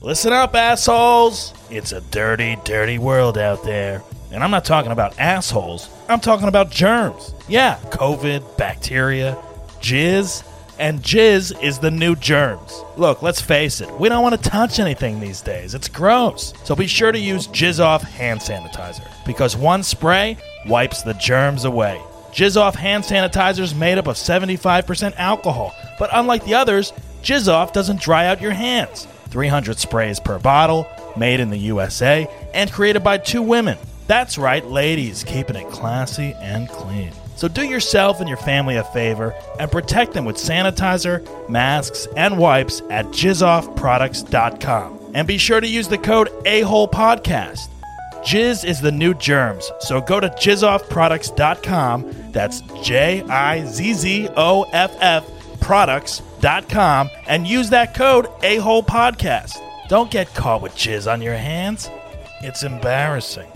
Listen up, assholes! It's a dirty, dirty world out there. And I'm not talking about assholes, I'm talking about germs. Yeah, COVID, bacteria, jizz, and jizz is the new germs. Look, let's face it, we don't want to touch anything these days. It's gross. So be sure to use Jizz Off hand sanitizer because one spray wipes the germs away. Jizz Off hand sanitizer is made up of 75% alcohol, but unlike the others, Jizz Off doesn't dry out your hands. 300 sprays per bottle, made in the USA, and created by two women. That's right, ladies, keeping it classy and clean. So do yourself and your family a favor and protect them with sanitizer, masks, and wipes at jizzoffproducts.com. And be sure to use the code AHOLEPODCAST. Jizz is the new germs, so go to jizzoffproducts.com. That's J I Z Z O F F products.com and use that code AHOLEPODCAST. Don't get caught with jizz on your hands. It's embarrassing.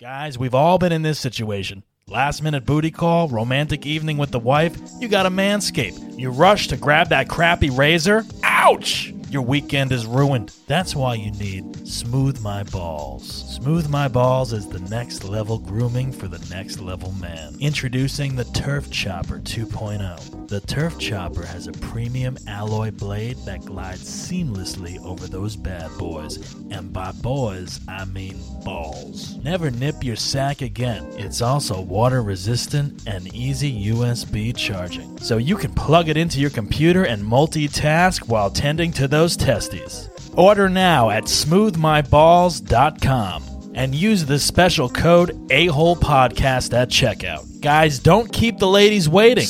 Guys, we've all been in this situation. Last minute booty call, romantic evening with the wife, you got a manscape. You rush to grab that crappy razor. Ouch! Your weekend is ruined. That's why you need Smooth My Balls. Smooth My Balls is the next level grooming for the next level man. Introducing the Turf Chopper 2.0. The Turf Chopper has a premium alloy blade that glides seamlessly over those bad boys. And by boys, I mean balls. Never nip your sack again. It's also water resistant and easy USB charging. So you can plug it into your computer and multitask while tending to those testes. Order now at smoothmyballs.com and use the special code AHOLEPODCAST at checkout. Guys, don't keep the ladies waiting.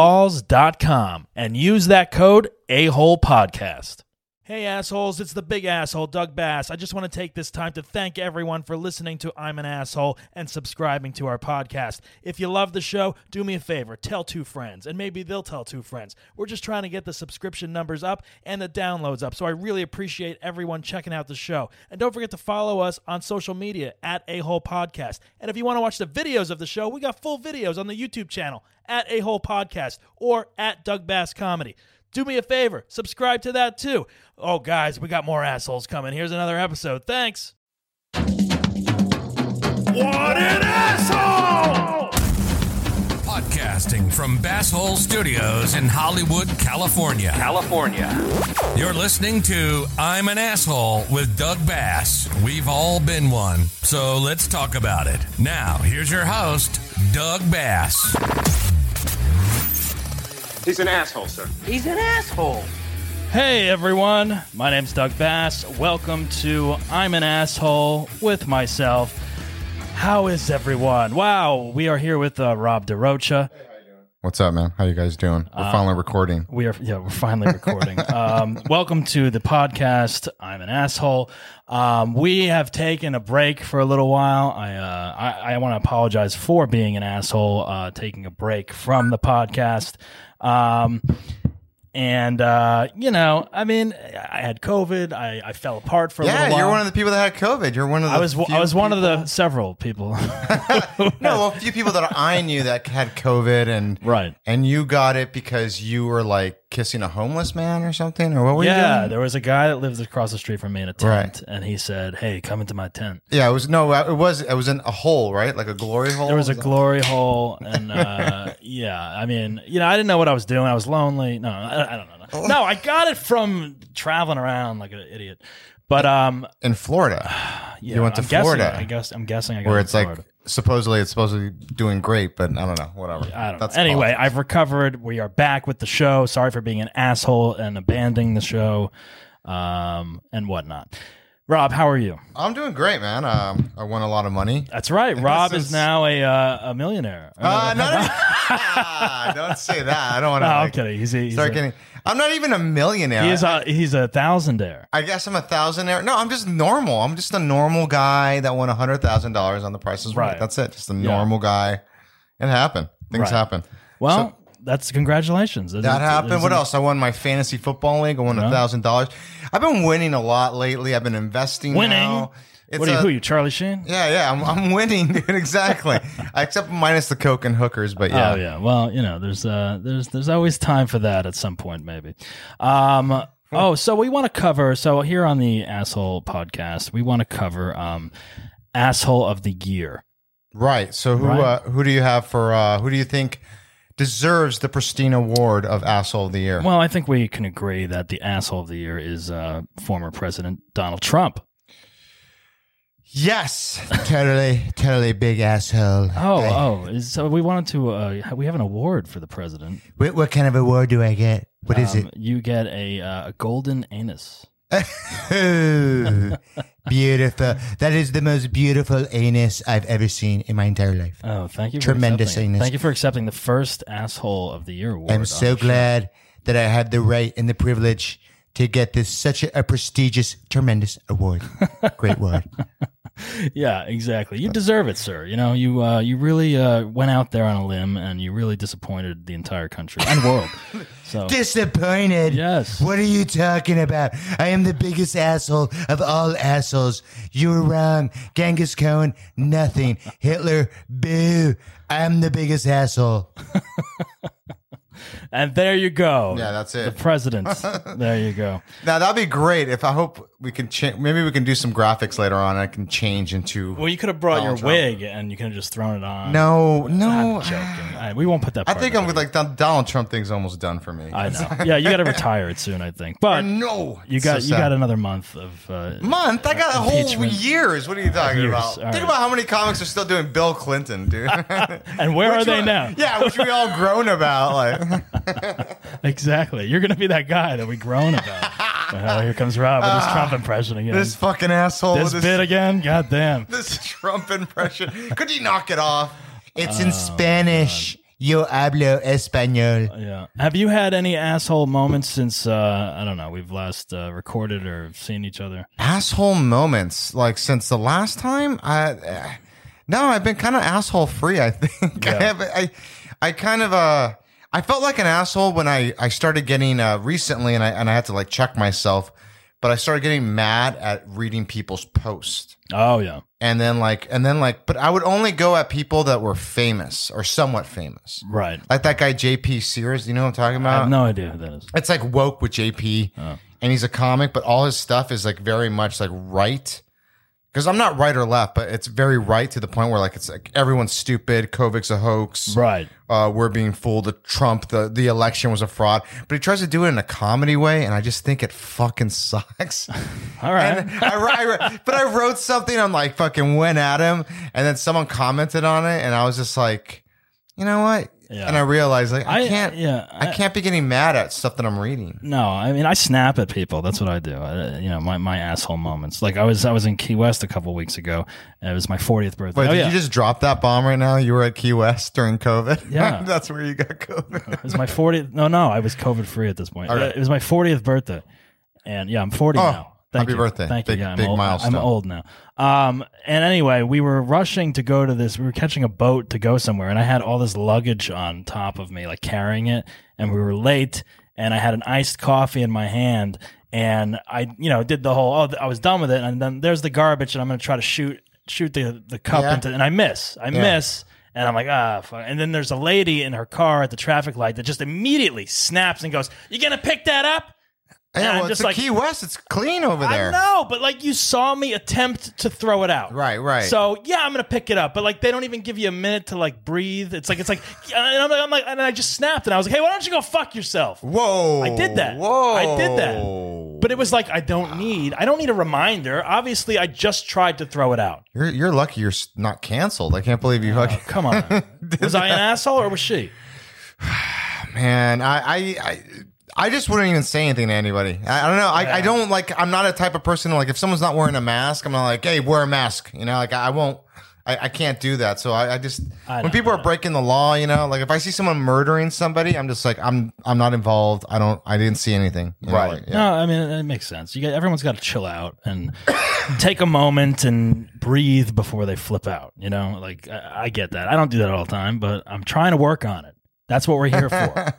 Smoothmyballs.com and use that code AHOLEPODCAST. Hey assholes, it's the big asshole, Doug Bass. I just want to take this time to thank everyone for listening to I'm an Asshole and subscribing to our podcast. If you love the show, do me a favor, tell two friends, and maybe they'll tell two friends. We're just trying to get the subscription numbers up and the downloads up, so I really appreciate everyone checking out the show. And don't forget to follow us on social media at A Hole Podcast. And if you want to watch the videos of the show, we got full videos on the YouTube channel at A Hole Podcast or at Doug Bass Comedy. Do me a favor, subscribe to that too. Oh, guys, we got more assholes coming. Here's another episode. Thanks. What an asshole! Podcasting from Bass Hole Studios in Hollywood, California. California. You're listening to I'm an Asshole with Doug Bass. We've all been one, so let's talk about it. Now, here's your host, Doug Bass. He's an asshole, sir. He's an asshole. Hey, everyone. My name's Doug Bass. Welcome to I'm an Asshole with myself. How is everyone? Wow, we are here with uh, Rob DeRocha. What's up, man? How you guys doing? Uh, We're finally recording. We are, yeah, we're finally recording. um, welcome to the podcast. I'm an asshole. Um, we have taken a break for a little while. I, uh, I, I want to apologize for being an asshole, uh, taking a break from the podcast. Um, and, uh, you know, I mean, I had COVID. I, I fell apart for a little Yeah, while. you're one of the people that had COVID. You're one of the. I was, few I was one of the several people. people- no, well, a few people that I knew that had COVID, and Right. and you got it because you were like kissing a homeless man or something, or what were yeah, you doing? there was a guy that lives across the street from me in a tent, Right. and he said, "Hey, come into my tent." Yeah, it was no, uh, it was it was in a hole, right? Like a glory hole. There was a that- glory hole, and uh, yeah, I mean, you know, I didn't know what I was doing. I was lonely. No, I, I don't Oh. know. No, I got it from traveling around like an idiot. But um, in Florida, yeah, You went to I'm guessing- Florida. I guess I'm guessing I got where it it's from like Florida. supposedly it's supposed to be doing great, but I don't know, whatever. I don't That's know. Anyway, politics. I've recovered. We are back with the show. Sorry for being an asshole and abandoning the show, um, and whatnot. Rob, how are you? I'm doing great, man. Um, I won a lot of money. That's right. Rob is, is- now a uh, a millionaire. Uh, no, no, no. Ah, don't say that. I don't want no, to. I'm like, kidding. He's a, he's Start a- getting. I'm not even a millionaire. he is a he's a thousandaire. I guess I'm a thousandaire. No, I'm just normal. I'm just a normal guy that won hundred thousand dollars on the prices right. Right. That's it. Just a normal guy. It happened. Things Right. happen. Well, that's congratulations. That happened. What else? I won my fantasy football league. I won a thousand dollars. I've been winning a lot lately. I've been investing. Winning. now. It's what are you? a- Who are you? Charlie Sheen? Yeah, yeah. I'm, I'm winning, dude. Exactly. Except minus the coke and hookers, but yeah. Oh yeah. Well, you know, there's uh, there's there's always time for that at some point, maybe. Um, oh, so we want to cover. So here on the asshole podcast, we want to cover um, asshole of the year. Right. So who Right. Uh, who do you have for uh, who do you think deserves the pristine award of asshole of the year? Well, I think we can agree that the asshole of the year is uh, former President Donald Trump. yes, totally, totally big asshole. Oh, Okay. oh, is- so we wanted to. Uh, ha- we have an award for the president. What, what kind of award do I get? What is Um, You get a, uh, a golden anus. Um, it? Oh, beautiful. That is the most beautiful anus I've ever seen in my entire life. Oh, thank you. Tremendous for accepting it. anus. Thank you for accepting the first asshole of the year award. I'm on so the show. glad that I had the right and the privilege to get this such a, a prestigious, tremendous award. Great word. Yeah, exactly. You deserve it, sir. You know, you uh, you really uh, went out there on a limb, and you really disappointed the entire country and world. So Disappointed. Yes. What are you talking about? I am the biggest asshole of all assholes. You were wrong. Genghis Khan, nothing. Hitler, boo. I'm the biggest asshole. And there you go. Yeah, that's it. The president. there you go. Now that'd be great. If I hope we can change, maybe we can do some graphics later on. I can change into. Well, you could have brought Donald your wig and you could have just thrown it on. no, no. I'm joking. I, we won't put that. I part think in I'm there. like Don- Donald Trump thing's almost done for me. I know. Yeah, you got to retire it soon. I think, but No, you It's got so you got sad. another month of uh, month. I got a whole Impeachment. years. What are you talking years. about? All Think right. about how many comics are still doing Bill Clinton, dude. and where are Which they we- now? Yeah, which we all groan about. Like, Exactly. You're gonna be that guy that we groan about. well, here comes Rob with his Trump impression again. Ah, this This, fucking asshole. with bit again. God damn. this Trump impression. Could you knock it off? It's in Spanish. Yo hablo español. Yeah. Have you had any asshole moments since uh, I don't know? We've last uh, recorded or seen each other. Asshole moments. Like since the last time, I uh, no, I've been kind of asshole free. I think I, have, I I kind of uh I felt like an asshole when I I started getting uh recently, and I and I had to like check myself, but I started getting mad at reading people's posts. Oh yeah. and then like and then like but i would only go at people that were famous or somewhat famous Right. like that guy jp sears you know what i'm talking I about have no Oh. idea who that is. it's like woke with jp and he's a comic but all his stuff is like very much like right because i'm not right or left but it's very right to the point where like it's like everyone's stupid kovic's a hoax Right. uh, we're being fooled that trump the, the election was a fraud but he tries to do it in a comedy way and i just think it fucking sucks All right. and I, wr- I, wr- but I wrote something. I'm like fucking went at him, and then someone commented on it, and I was just like, you know what? Yeah. And I realized like I, I- can't, yeah, I, I- can't be getting mad at stuff that I'm reading. No, I mean I snap at people. That's what I do. I, you know, my, my asshole moments. Like I was I was in Key West a couple weeks ago. And it was my 40th birthday. Wait, oh did yeah. you just drop that bomb right now? You were at Key West during COVID. Yeah. that's where you got COVID. it was my 40th. No, no, I was COVID free at this point. All right. It was my 40th birthday. And yeah, I'm 40 Oh, now. Thank happy you. birthday. Thank Big- you. Yeah, I'm big old. milestone. I'm old now. Um, and anyway, we were rushing to go to this. We were catching a boat to go somewhere, and I had all this luggage on top of me, like carrying it, and we were late. And I had an iced coffee in my hand, and I, you know, did the whole. Oh, I was done with it, and then there's the garbage, and I'm gonna try to shoot shoot the the cup Yeah. into, and I miss. I miss. And I'm like, ah, fuck. And then there's a lady in her car at the traffic light that just immediately snaps and goes, You gonna pick that up? yeah, I'm well, just it's a like- Key West. It's clean over there. I know, but like you saw me attempt to throw it out. Right, right. So yeah, I'm gonna pick it up, but like they don't even give you a minute to like breathe. It's like it's like, and I'm like, I'm like, and I just snapped, and I was like, hey, why don't you go fuck yourself? Whoa! I did that. Whoa! I did that. But it was like I don't need, I don't need a reminder. Obviously, I just tried to throw it out. You're, you're lucky you're s- not canceled. I can't believe you fucking. Come on, was I an asshole or was she? Man, I, I, I, I just wouldn't even say anything to anybody. I, I don't know. I, I don't like. I'm not a type of person like if someone's not wearing a mask, I'm not like, hey, wear a mask. You know, like I, I won't. I, I can't do that. So I, I just I know, when people I are breaking the law, you know, like if I see someone murdering somebody, I'm just like, I'm, I'm not involved. I don't. I didn't see anything. You know, Right. like, yeah. No, I mean it makes sense. You got everyone's got to chill out and take a moment and breathe before they flip out. You know, like I, I get that. I don't do that all the time, but I'm trying to work on it. That's what we're here for.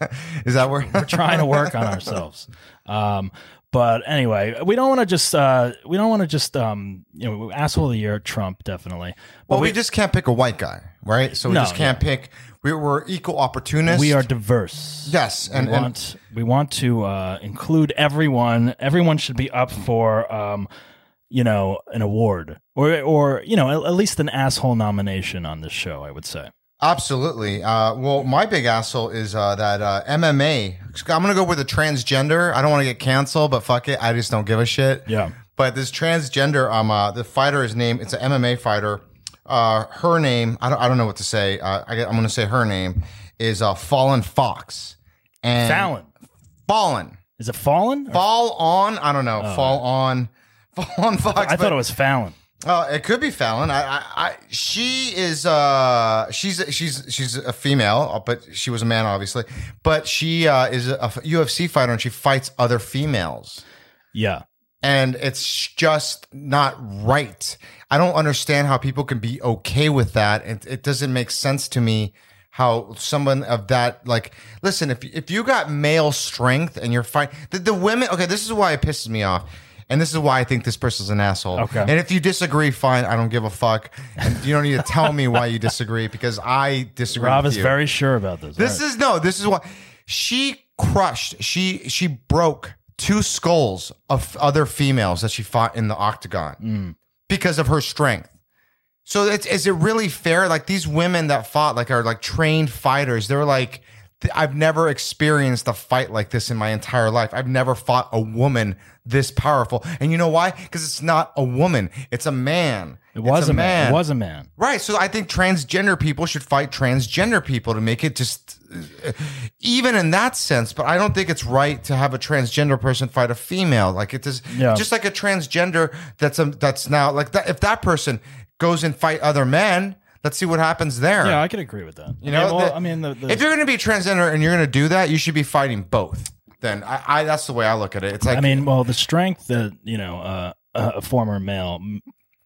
Is that where? trying to work on ourselves. Um, But anyway, we don't want to just uh, we don't want to just um, you know asshole of the year Trump definitely. But Well, we, just can't pick a white guy, right? So we No, just can't pick. We, we're equal opportunists. we are diverse. Yes, and, we and want we want to uh, include everyone. Everyone should be up for um, you know an award or or you know at, at least an asshole nomination on this show. I would say. absolutely. Uh, well, my big asshole is uh, that uh, MMA. I'm gonna go with a transgender. I don't want to get canceled, but fuck it, I just don't give a shit. Yeah. But this transgender, um, uh, the fighter is named. It's an MMA fighter. Uh, her name, I don't, I don't know what to say. Uh, I, I'm gonna say her name is uh, Fallen Fox. And Fallon Fallen. is it Fallen? Or- Fall on. I don't know. fall on. Fall on Fox. Oh, I but- thought it was Fallon. Uh, it could be Fallon. I, I, I she is. Uh, she's she's she's a female, uh, but she was a man, obviously. But she uh, is a f- UFC fighter, and she fights other females, Yeah. and it's just not right. I don't understand how people can be okay with that. It, it doesn't make sense to me how someone of that like listen if if you got male strength and you're fight the, the women okay this is why it pisses me off and this is why I think this person's an asshole. Okay. And if you disagree, fine. I don't give a fuck. And you don't need to tell me why you disagree because I disagree. Rob with is you. very sure about this. This is no. This is why she crushed. She she broke two skulls of other females that she fought in the octagon Mm. because of her strength. So it's, is it really fair? Like these women that fought like are like trained fighters. They're like th- I've never experienced a fight like this in my entire life. I've never fought a woman this powerful. And you know why? Because it's not a woman. It's a man. It was a man. It was a man. Right. So I think transgender people should fight transgender people to make it just uh, even in that sense. But I don't think it's right to have a transgender person fight a female. Like it is Yeah. just like a transgender that's a, that's now like that, if that person goes and fight other men, let's see what happens there. Yeah, I could agree with that. you know, I mean, well, the- I mean the, the if you're going to be transgender and you're going to do that, you should be fighting both. Then I, I that's the way I look at it. It's like I mean, well, the strength that you know uh, a former male m-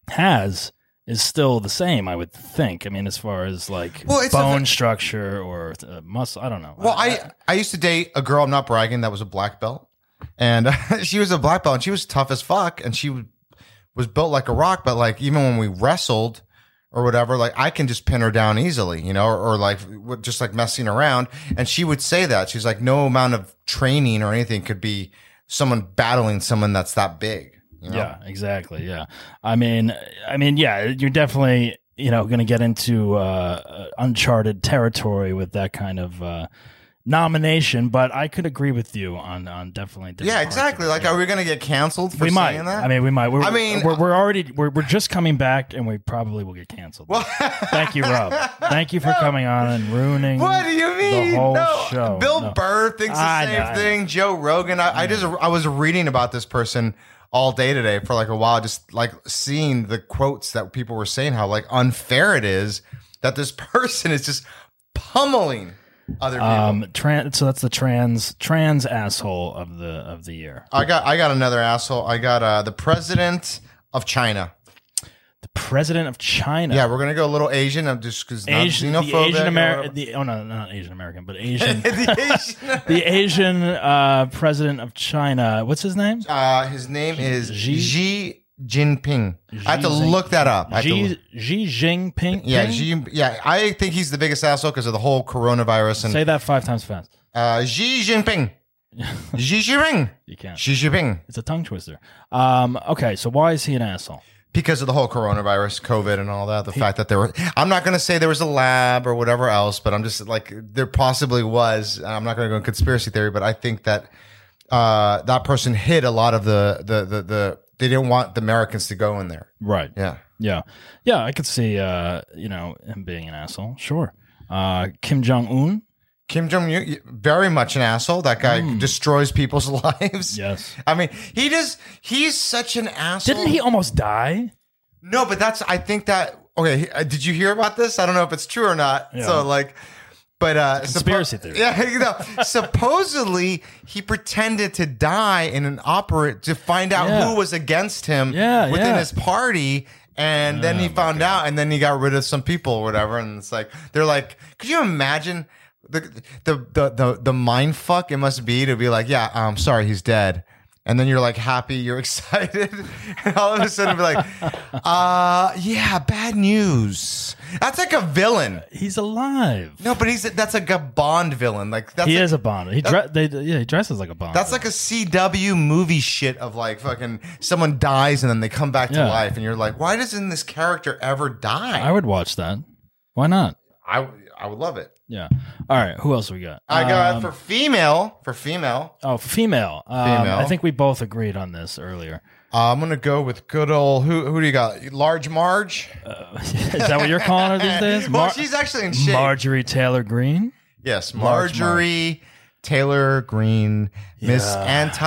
has is still the same, I would think. I mean, as far as like Well, it's a- bone structure or uh, muscle, I don't know. Well, I I used to date a girl. I'm not bragging. That was a black belt, and she was a black belt, and she was tough as fuck, and she was built like a rock. But like even when we wrestled or whatever, like I can just pin her down easily, you know, or, or like w- just like messing around. And she would say that she's like, no amount of training or anything could be someone battling someone that's that big. You know? Yeah, exactly. Yeah, I mean, I mean, yeah, you're definitely you know going to get into uh, uncharted territory with that kind of uh, nomination. But I could agree with you on on definitely. different Yeah, parts of exactly. it. Like, are we gonna get canceled for we might. saying that? I mean, we might. We're, I mean- uh, we're, we're already we're, we're just coming back, and we probably will get canceled. Thank you, Rob. Thank you for coming on and ruining. What do you mean? The whole no, show. Bill No. Mm. Burr thinks the I same know, I thing. Joe Rogan. I, I just I was reading about this person all day today for like a while, just like seeing the quotes that people were saying how like unfair it is that this person is just pummeling other people. Um, trans. So that's the trans trans asshole of the of the year. I got I got another asshole. I got uh, the president of China. The president of China. Yeah, we're gonna go a little Asian. I'm just because Asian, not the xenophobic. Asian or American, whatever. the oh no, not Asian American, but Asian, The Asian. the Asian uh, president of China. What's his name? Uh, his name is Xi- Xi, Jinping. I have to Xi- look that up. I have to look- Xi, Xi Jinping. Yeah, Ping? Xi, yeah, I think he's the biggest asshole because of the whole coronavirus and Say that five times fast. uh, Xi Jinping. Xi Jinping. You can't. Xi Jinping. It's a tongue twister. Um, okay, so why is he an asshole? Because of the whole coronavirus, COVID, and all that, the fact that there were, I'm not going to say there was a lab or whatever else, but I'm just like, there possibly was. and I'm not going to go in conspiracy theory, but I think that uh, that person hid a lot of the, the, the, the, they didn't want the Americans to go in there. Right. Yeah. Yeah. Yeah, I could see uh, you know, him being an asshole. Sure. Uh, Kim Jong Un. Kim Jong Un, very much an asshole. That guy destroys people's lives. Hmm. Yes. I mean, he just, he's such an asshole. Didn't he almost die? No, but that's, I think that, okay, he- uh, did you hear about this? I don't know if it's true or not. So, like, but, uh, Conspiracy theory. Yeah, you know, supposedly he pretended to die in an opera to find out Yeah. who was against him Yeah, within yeah. Ah, his party. And then he found out, and then he got rid of some people or whatever. And it's like, they're like, could you imagine? The, the the the the mind fuck it must be to be like yeah I'm um, sorry he's dead and then you're like happy, you're excited, and all of a sudden be like, uh, yeah, bad news. That's like a villain. He's alive. No, but he's that's like a Bond villain. Like that's he like, is a Bond. He dre- they, yeah, he dresses like a Bond. That's like a CW movie shit of like fucking someone dies and then they come back to Yeah. life, and you're like, why doesn't this character ever die? I would watch that. Why not? I I would love it. Yeah. All right. Who else we got? I got Um, for female for female. oh female. Um, Female. I think we both agreed on this earlier. Uh, I'm gonna go with good old who who do you got? Large Marge. Is that what you're calling her these days? well, Mar- she's actually in shape. Marjorie Taylor Green. yes, Large Marge. Marjorie Taylor Green, Miss Yeah.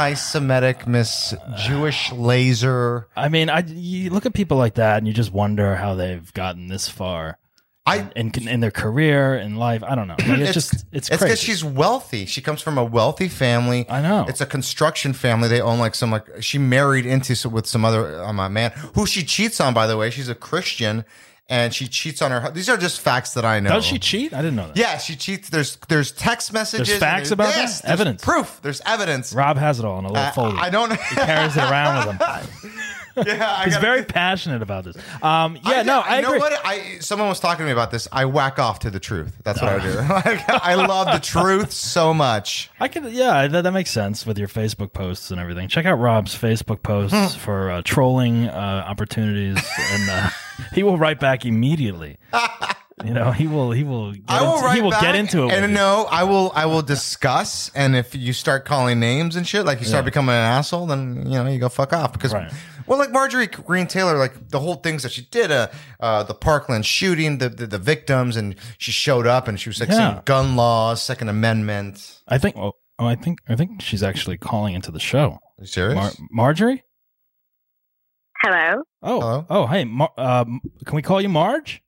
Anti-Semitic, Miss Jewish Laser. I mean, I you look at people like that and you just wonder how they've gotten this far I. in in their career in life. I don't know. Like, it's, just it's it's crazy. because she's wealthy. She comes from a wealthy family. I know. It's a construction family. They own like some like she married into some, with some other um, a man who she cheats on. By the way, she's a Christian, and she cheats on her. hu- These are just facts that I know. Does she cheat? I didn't know that. Yeah, she cheats. There's there's text messages. and facts about that? yes, there's Evidence. proof. There's evidence. Rob has it all in a little I, folder. Uh, I don't. carries it around with him. yeah, I He's gotta- very passionate about this. Um, yeah, I- no, I, know agree. what I. Someone was talking to me about this. I whack off to the truth. That's what I do. Like, I love the truth so much. I can, yeah, that, that makes sense with your Facebook posts and everything. Check out Rob's Facebook Hmm. posts for uh, trolling uh, opportunities, and uh, he will write back immediately. You know, he will, he will, get I will into, write he will back get into it. with And you. no, I will. I will discuss. And if you start calling names and shit, like you start becoming an asshole, then you know you go fuck off. Because Right. well, like Marjorie Green Taylor, like the whole things that she did, uh, uh the Parkland shooting, the, the the victims, and she showed up and she was like Yeah. saying gun laws, Second Amendment. I think, oh, oh, I think, I think she's actually calling into the show. Are you serious? Mar- Marjorie. Hello? Oh, Hello? oh, hey, Mar- uh, can we call you Marge?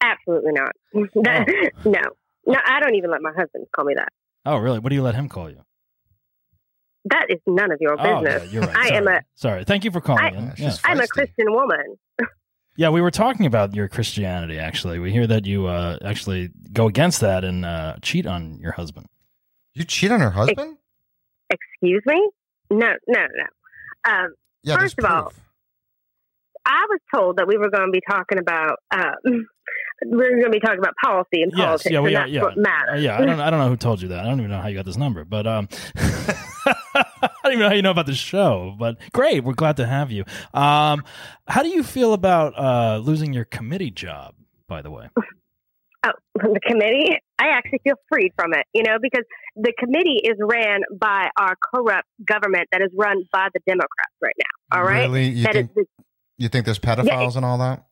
Absolutely not. That- No. No, I don't even let my husband call me that. Oh, really? What do you let him call you? That is none of your Oh, yeah, business. you're right. I Sorry. am a- Sorry. Thank you for calling. I- in. Yeah, she's Yeah. I'm a feisty. Christian woman. Yeah, we were talking about your Christianity. Actually, we hear that you uh, actually go against that and uh, cheat on your husband. You cheat on her husband? Excuse me? No, no, no. Um, Yeah. there's First of all, proof. I was told that we were going to be talking about um, we were going to be talking about policy and Yes, politics, yeah, we and are- that's yeah. what Uh, matters. yeah, I don't, I don't know who told you that. I don't even know how you got this number, but um, I don't even know how you know about the show. But great, we're glad to have you. Um, how do you feel about uh, losing your committee job? By the way, Oh, the committee, I actually feel freed from it, you know, because the committee is ran by our corrupt government that is run by the Democrats right now. All right, Really? You that is think you think there's pedophiles and all that?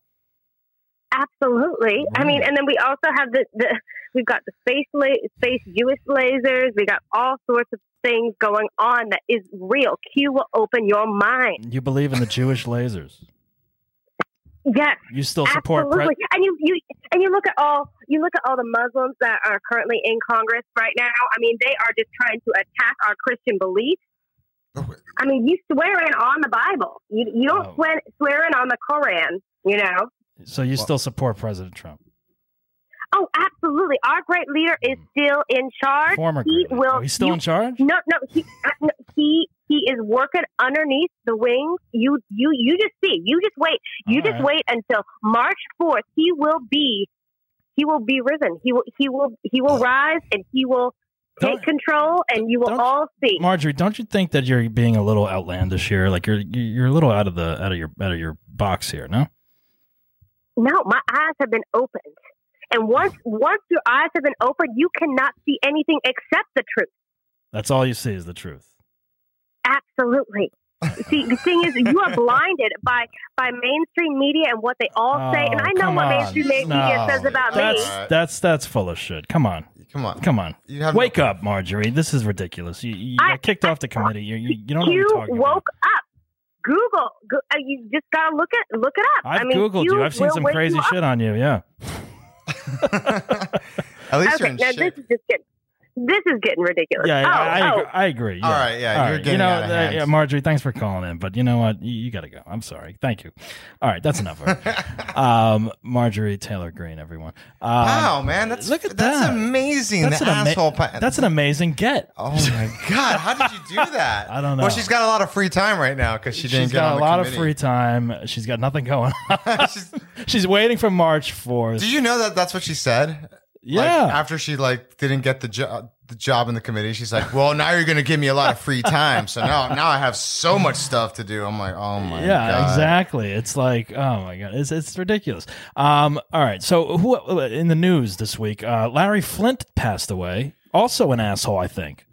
Absolutely. I mean, and then we also have the, the we've got the space la- space Jewish lasers. We got all sorts of things going on that is real. Q will open your mind. you believe in the Jewish lasers. Yes, You still support? absolutely. Pre- and you, you and you look at all you look at all the Muslims that are currently in Congress right now. I mean, they are just trying to attack our Christian beliefs. I mean, you swear in on the Bible. You you don't Oh. swear swear in on the Koran. You know. so you still support President Trump? Oh, absolutely. Our great leader is Mm. still in charge. Former? he great leader. will. Oh, he's still you in charge. No, no, he, uh, no, he he is working underneath the wings. You you you just see. You just wait. You All just right. wait until March fourth. He will be he will be risen. He will he will he will rise and he will take Oh. Don't- control and you will don't- all see. Marjorie, don't you think that you're being a little outlandish here? Like you're you're a little out of the out of your out of your box here. No, no, my eyes have been opened. And once once your eyes have been opened, you cannot see anything except the truth. that's all you see is the truth. Absolutely. See, the thing is, you are blinded by by mainstream media and what they all say, and Oh, I know come what on. mainstream ma- media No. says about That's me. that's that's full of shit. Come on, Come on. come on, You have no- wake up, Marjorie. This is ridiculous. You, you I- got kicked off the committee. You you, you don't know what You you're talking woke up. Google. Go, uh, you just gotta look it look it up. about. I've mean, googled you. I've seen will some wake crazy you up. shit on you. Yeah. At least Okay, you're in now shape. this is just getting This is getting ridiculous. Yeah, oh, I, I, oh, agree. I agree. Yeah. All right, yeah, you're you getting know, out of uh, hand. yeah, Marjorie, thanks for calling in, but you know what? You, you got to go. I'm sorry. Thank you. All right, that's enough. of her. um, Marjorie Taylor Green, everyone. Um, Wow, man, that's look at that's that. amazing. That's the an, ama- asshole. pa- that's an amazing get. Oh my god! How did you do that? I don't know. Well, she's got a lot of free time right now because she didn't She's get got on a the lot of free committee. time. She's got nothing going on. She's- She's waiting for March 4th. do you know that that's what she said? Like, yeah. after she like didn't get the job, the job in the committee, she's like, "Well, now you're going to give me a lot of free time, so now now I have so much stuff to do." I'm like, "Oh my yeah, god!" exactly. It's like, oh my god, it's it's ridiculous. Um, all right. So who in the news this week? Uh, Larry Flint passed away. Also an asshole, I think.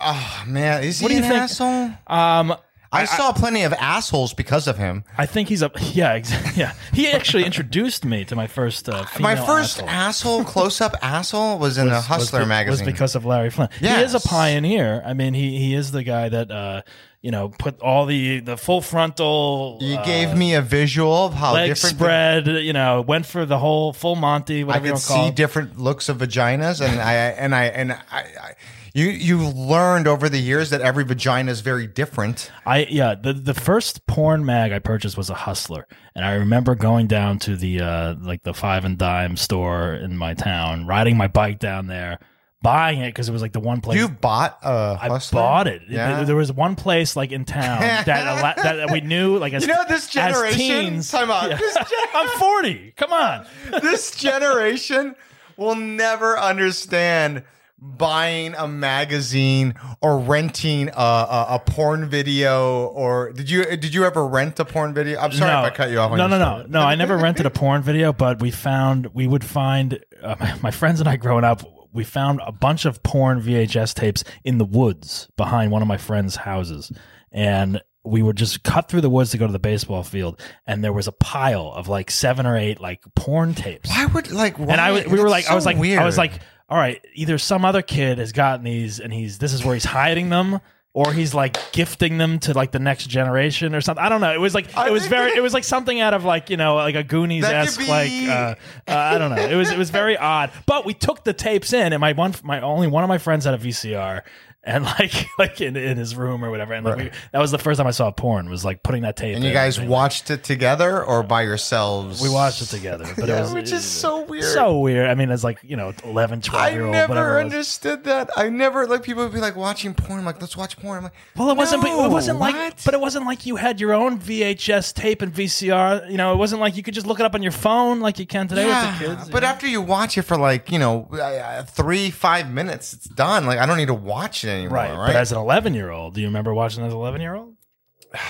Oh man, is What he do you an think? asshole? Um, I, saw plenty of assholes because of him. I think he's a yeah, ex- yeah. He actually introduced me to my first uh, My female first asshole. asshole, close up asshole was in the was- was Hustler be- magazine. was because of Larry Flint. He is a Yes. pioneer. I mean, he he is the guy that uh, you know put all the the full frontal. you uh, gave me a visual of how leg different. spread. You know, went for the whole full Monty. I Whatever you could wanna call see it. different looks of vaginas, and I and I and I, I you you learned over the years that every vagina is very different. I yeah, the the first porn mag I purchased was a Hustler, and I remember going down to the uh like the five and dime store in my town, riding my bike down there, buying it because it was like the one place you bought a I hustler? bought it. Yeah. There, there was one place like in town that alla- that, that we knew like as You know, this as generation- teens. time out. This gen- I'm 40. Come on. this generation will never understand buying a magazine or renting a, a, a porn video or did you did you ever rent a porn video i'm sorry no. if i cut you off on No, no, your no, story. no. I never rented a porn video, but we found we would find uh, my, my friends and I growing up. We found a bunch of porn VHS tapes in the woods behind one of my friends' houses, and we would just cut through the woods to go to the baseball field, and there was a pile of like seven or eight like porn tapes. why would like why? and I w- we were That's like, I so was like, weird. I was like, all right, either some other kid has gotten these and he's this is where he's hiding them. Or he's like gifting them to like the next generation or something. I don't know. It was like I it was think very. that- It was like something out of like you know like a Goonies esque That could like be- uh, uh, I don't know. It was it was very odd. But we took the tapes in, and my one my only one of my friends had a VCR, and like like in, in his room or whatever. And like we, that was the first time I saw porn was like putting that tape. and you in. guys watched it together or by yourselves we watched it together, but it Yeah, was which is so weird so weird. I mean, it's like, you know, 11, 12 I year old, never whatever. it was. understood that. I never like people would be like watching porn. I'm like, let's watch porn. I'm like, Well, it wasn't, no, it wasn't what? like, but it wasn't like you had your own VHS tape and VCR. You know, it wasn't like you could just look it up on your phone like you can today yeah, with the kids. you but know? after you watch it for like you know uh, uh, three five minutes, it's done. Like I don't need to watch it anymore. right, Right? But as an 11 year old, do you remember watching as an 11 year old?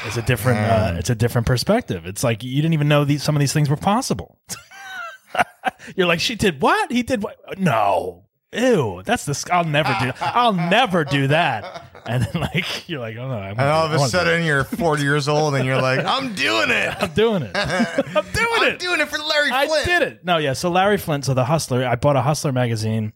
It's a different, uh, it's a different perspective. It's like you didn't even know these, some of these things were possible. You're like, she did what? He did what? No. Ew, that's the. I'll never do. I'll never do that. And then, like, you're like, oh no. I and all of a sudden. sudden you're 40 years old and you're like, I'm doing it. I'm I'm doing it. I'm doing doing it. it, for Larry I Flint. did it. No, yeah. So Larry Flint, so the Hustler, I bought a Hustler magazine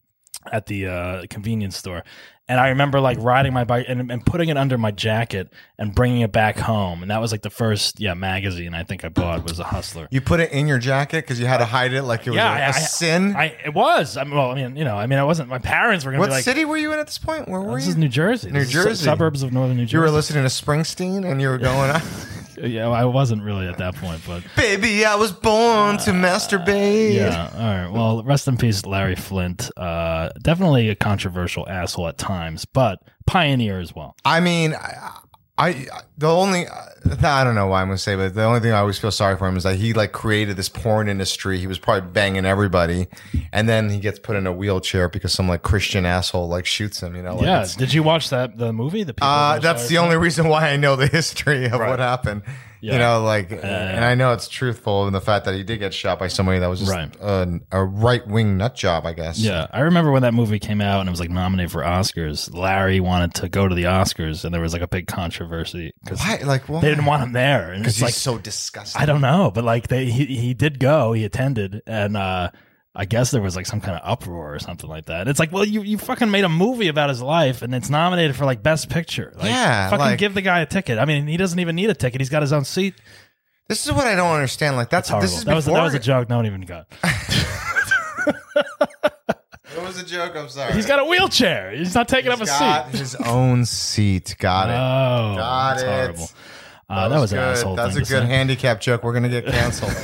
at the uh, convenience store. And I remember like riding my bike and, and putting it under my jacket and bringing it back home. And that was like the first, yeah, magazine I think I bought was a Hustler. You put it in your jacket because you had to hide it like it was yeah, a, I- a I- sin. I, it was. I mean, well, I mean, you know, I mean, I wasn't. My parents were going to what be like, city were you in at this point? Where were "This you? is New Jersey, New This is su- Jersey. suburbs of northern New Jersey." you were listening to Springsteen and you were going, yeah, I wasn't really at that point, but "Baby, I was born to masturbate." Yeah. All right. Well, rest in peace, Larry Flint. Uh, definitely a controversial asshole at times, but pioneer as well. I mean, I, I the only uh, I don't know why I'm gonna say, but the only thing I always feel sorry for him is that he like created this porn industry. He was probably banging everybody, and then he gets put in a wheelchair because some like Christian asshole like shoots him. You know, like, yeah. it's- Did you watch that the movie? The people Uh, Who that's Started- the only reason why I know the history of Right. what happened. Yeah. You know, like, and I know it's truthful in the fact that he did get shot by somebody that was just Right. a, a right wing nut job, I guess. Yeah, I remember when that movie came out and it was like nominated for Oscars. Larry wanted to go to the Oscars, and there was like a big controversy because Why? Like, why? they didn't want him there. And because it's he's like so disgusting. I don't know, but like they he, he did go, he attended, and uh I guess there was like some kind of uproar or something like that. It's like, well, you, you fucking made a movie about his life and it's nominated for like best picture. Like, Yeah, fucking like- give the guy a ticket. I mean, he doesn't even need a ticket. He's got his own seat. This is what I don't understand. Like, It's that's, horrible. this is that was that before- was a joke. No one even got. It was a joke? I'm sorry. He's got a wheelchair. He's not taking up a got seat. his own seat. Got it. Oh, Got that's it. horrible. Uh, that was, an good. asshole. That's thing a to good say. handicap joke. We're gonna get canceled.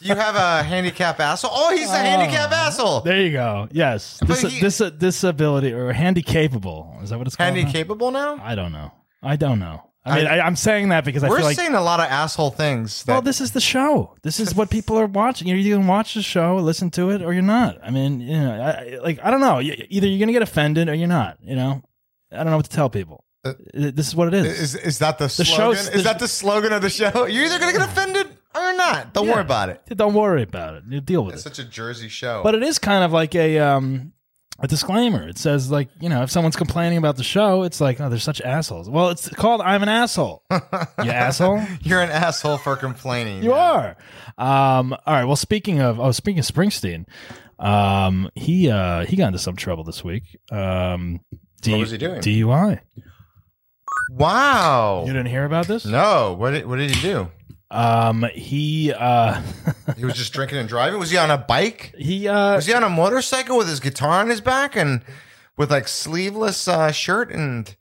you have a handicap asshole. Oh, he's a handicap asshole. There you go. Yes, dis- he- dis- disability or handicapable. Is that what it's called? now? Handicapable now. I don't know. I don't know. I mean, I, I, am saying that because I We're feel like. saying a lot of asshole things. That, well, this is the show. This is what people are watching. You're either gonna watch the show, listen to it, or you're not. I mean, you know, I, I- like I don't know. Y- Either you're gonna get offended or you're not. You know, I don't know what to tell people. Uh, this is what it is. is is that the, slogan? show's- Is the- that the slogan of the show? You're either gonna get offended or not. Don't Yeah. worry about it. Don't worry about it. You deal with It's it. such a Jersey show. But it is kind of like a um a disclaimer. It says like, you know, if someone's complaining about the show, it's like, oh, they're such assholes. Well, it's called I'm an asshole. you asshole. You're an asshole for complaining. You are. Um all right, well speaking of oh, speaking of Springsteen, um he uh he got into some trouble this week. Um D- was he doing? DUI. Wow. You didn't hear about this? No. What did, what did he do? Um he uh He was just drinking and driving. Was he on a bike? he uh Was he on a motorcycle with his guitar on his back and with like sleeveless uh, shirt and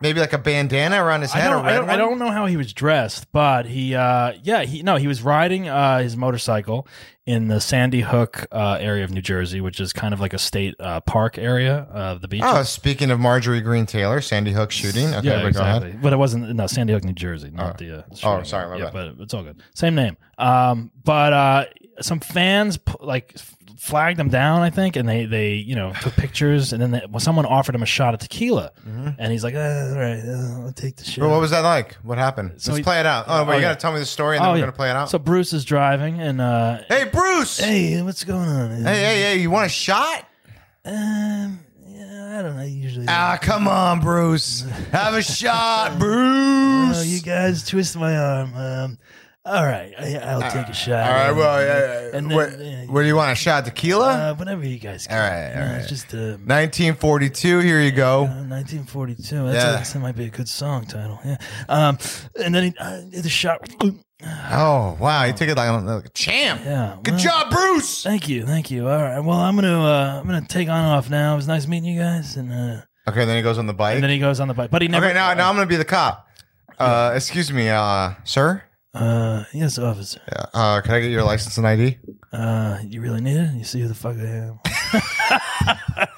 maybe like a bandana around his I head? don't, a red I, don't, I one? don't know how he was dressed, but he, uh, yeah, he no, he was riding uh, his motorcycle in the Sandy Hook uh, area of New Jersey, which is kind of like a state uh, park area of the beach. Oh, speaking of Marjorie Green Taylor, Sandy Hook shooting. Okay, yeah, but exactly. go ahead. But it wasn't no Sandy Hook, New Jersey, not Oh. the. Uh, Oh, shooting. sorry, my yeah, bad. but it's all good. Same name. Um, but uh, some fans p- like f- flagged him down, I think, and they they you know took pictures, and then they, well, someone offered him a shot of tequila, and he's like, "Uh, all right, uh, I'll take the shot. Mm-hmm. But what was that like? What happened? So Let's he- play it out. Oh, well, Oh, you yeah. got to tell me the story and then we're going to play it out. So Bruce is driving, and uh, hey, Bruce. Hey, hey, what's going on? hey, hey, you want a shot? Um, yeah, I don't know. Usually, Ah, come on, Bruce. Have a shot, Bruce. oh, you guys twist my arm. Um, all right, I, I'll take a shot. Ah, All right, well, yeah, yeah. And what, then, uh, what do you want? A shot of tequila? uh, whenever you guys. Can. All right, all You know, right. It's just uh, 1942. Here you go. 1942. That's Yeah. a, that might be a good song title. Yeah. Um, and then he, uh, the shot. Oh wow, you took it like, a- like a champ. Yeah. Good well, job, Bruce. Thank you, thank you. All right. Well, I'm gonna uh, I'm gonna take on off now. It was nice meeting you guys, and uh, Okay, then he goes on the bike. and then he goes on the bike, but he never. okay, now now I'm gonna be the cop. Uh, excuse me, uh, sir. Uh, yes, officer. Uh, can I get your license and ID? Uh, you really need it? You see who the fuck I am?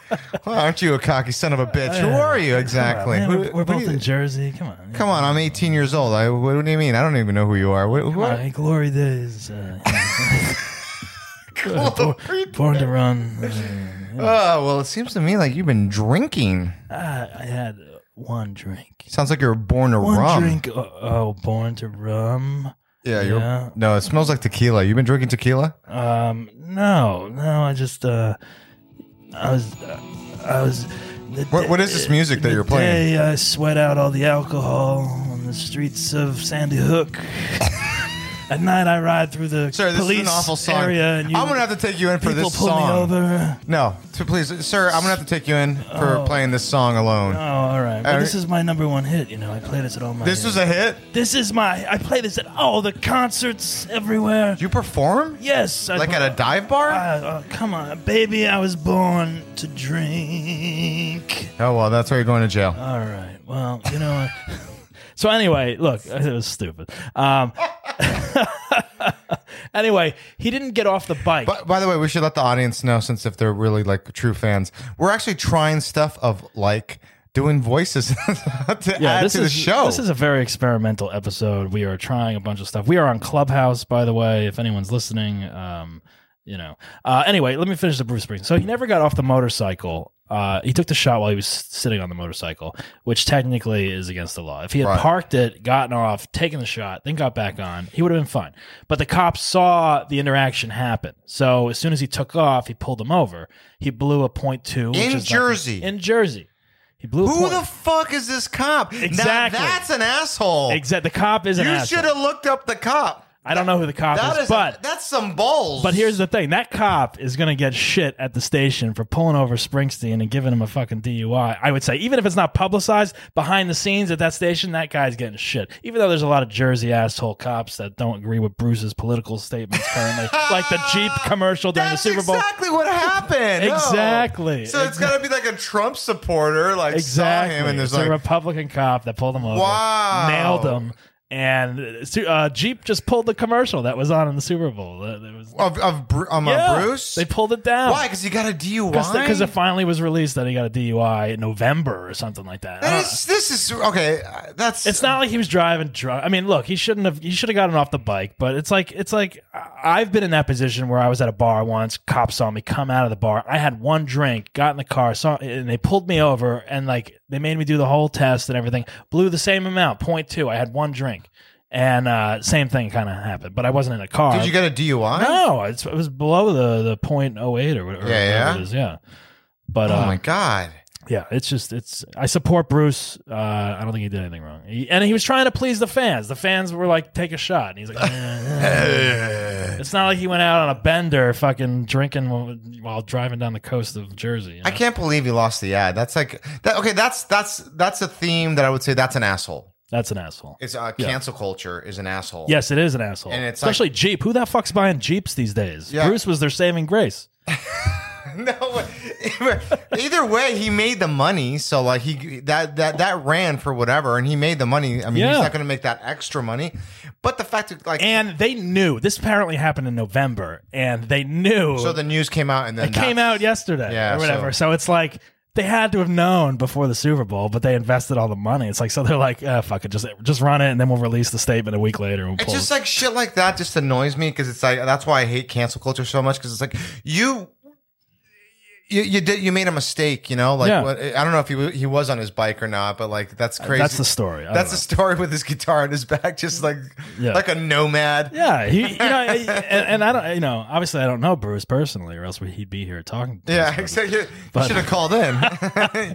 Well, aren't you a cocky son of a bitch? Who are you exactly? Man, Who- we're we're what do both you- in Jersey. Come on. Come on, I'm 18 years old. I, what, do you mean? I don't even know who you are. What, My what? glory days. Uh, Cool. born, born to run. Uh, Oh, well, it seems to me like you've been drinking. I, I had uh, one drink. Sounds like you were born to One rum. drink. Oh, oh, born to rum. Yeah, you're. Yeah. No, it smells like tequila. You've been drinking tequila. Um, no, no. I just uh, I was, uh, I was. the What, day- what is this music that the you're playing? Day I sweat out all the alcohol on the streets of Sandy Hook. At night, I ride through the Sir, this police is an awful song. area, and you, I'm gonna have to take you in for people this pull song. me over. No, t- please, sir. I'm gonna have to take you in for playing this song alone. Oh, all right. But All this right. is my number one hit. You know, I play this at all my. This was a hit. This is my. I play this at all the concerts everywhere. You perform yes. I like at a put- dive bar? Uh, oh, come on, baby. I was born to drink. oh well, that's why you're going to jail. All right. Well, you know. what? so anyway, look, it was stupid. Um, anyway, he didn't get off the bike. But by the way, we should let the audience know since if they're really like true fans, we're actually trying stuff of like doing voices to add to the is, show. This is a very experimental episode. We are trying a bunch of stuff. We are on Clubhouse, by the way, if anyone's listening. Um, you know. Uh, anyway, let me finish the Bruce Springsteen. So he never got off the motorcycle. Uh, he took the shot while he was sitting on the motorcycle, which technically is against the law. If he had Right. parked it, gotten off, taken the shot, then got back on, he would have been fine. But the cops saw the interaction happen. So as soon as he took off, he pulled him over. He blew a point two which In is not- Jersey. in Jersey, he blew. a Who point- the fuck is this cop? Now Exactly. that's an asshole. Exact. The cop is an You asshole. should have looked up the cop. I don't know who the cop That is, is but that's some balls. but here's the thing: that cop is gonna get shit at the station for pulling over Springsteen and giving him a fucking DUI. I would say, even if it's not publicized behind the scenes at that station, that guy's getting shit. Even though there's a lot of Jersey asshole cops that don't agree with Bruce's political statements currently, like the Jeep commercial during That's the Super Bowl. exactly what happened. No. Exactly. So it's got to be like a Trump supporter, like Exactly. saw him and there's it's like, a Republican cop that pulled him over. Wow. Nailed him. And uh, Jeep just pulled the commercial that was on in the Super Bowl. That- that was- of of Bru- um, uh, Yeah. Bruce. They pulled it down. Why? Because he got a DUI. Because it finally was released that he got a DUI in November or something like that. I That don't is, this is okay. uh, That's uh, it's not like he was driving drunk. I mean, look, he shouldn't have. He should have gotten off the bike. But it's like it's like I- I've been in that position where I was at a bar once. Cops saw me come out of the bar. I had one drink, got in the car, saw, and they pulled me over, and like they made me do the whole test and everything. Blew the same amount, point two. I had one drink, and uh, same thing kind of happened. But I wasn't in a car. Did you get a DUI? No, it's, it was below the the point oh eight or whatever. Yeah, yeah. It is, yeah. But Oh uh, my god. yeah, it's just it's. I support Bruce. Uh, I don't think he did anything wrong, he, and he was trying to please the fans. The fans were like, "Take a shot," and he's like, "Eh." "It's not like he went out on a bender, fucking drinking while, while driving down the coast of Jersey." you I know? can't believe he lost the ad. That's like that. Okay, that's that's that's a theme that I would say that's an asshole. That's an asshole. It's uh, cancel culture is an asshole. Yes, it is an asshole, And it's especially Jeep. Who the fuck's buying Jeeps these days? Yeah. Bruce was their saving grace. no. Either way, he made the money, so like he that that that ran for whatever, and he made the money. I mean, Yeah. he's not going to make that extra money, but the fact that like And they knew this apparently happened in November, and they knew so the news came out and then It came that- out yesterday Yeah, or whatever. so- So, it's like they had to have known before the Super Bowl, but they invested all the money. It's like so they're like, uh, fuck it, just just run it, and then we'll release the statement a week later. And we'll It's pull just it. like shit like that just annoys me because it's like that's why I hate cancel culture so much because it's like you. You, you did you made a mistake you know like Yeah. Uh, what, I don't know if he wa- he was on his bike or not but like that's crazy that's the story. I that's the don't story with his guitar in his back just like Yeah. like a nomad know. yeah, he, you know, I- and, and I don't, you know, obviously I don't know Bruce personally, or else he'd be here talking. To us, yeah but exactly you But- should have called in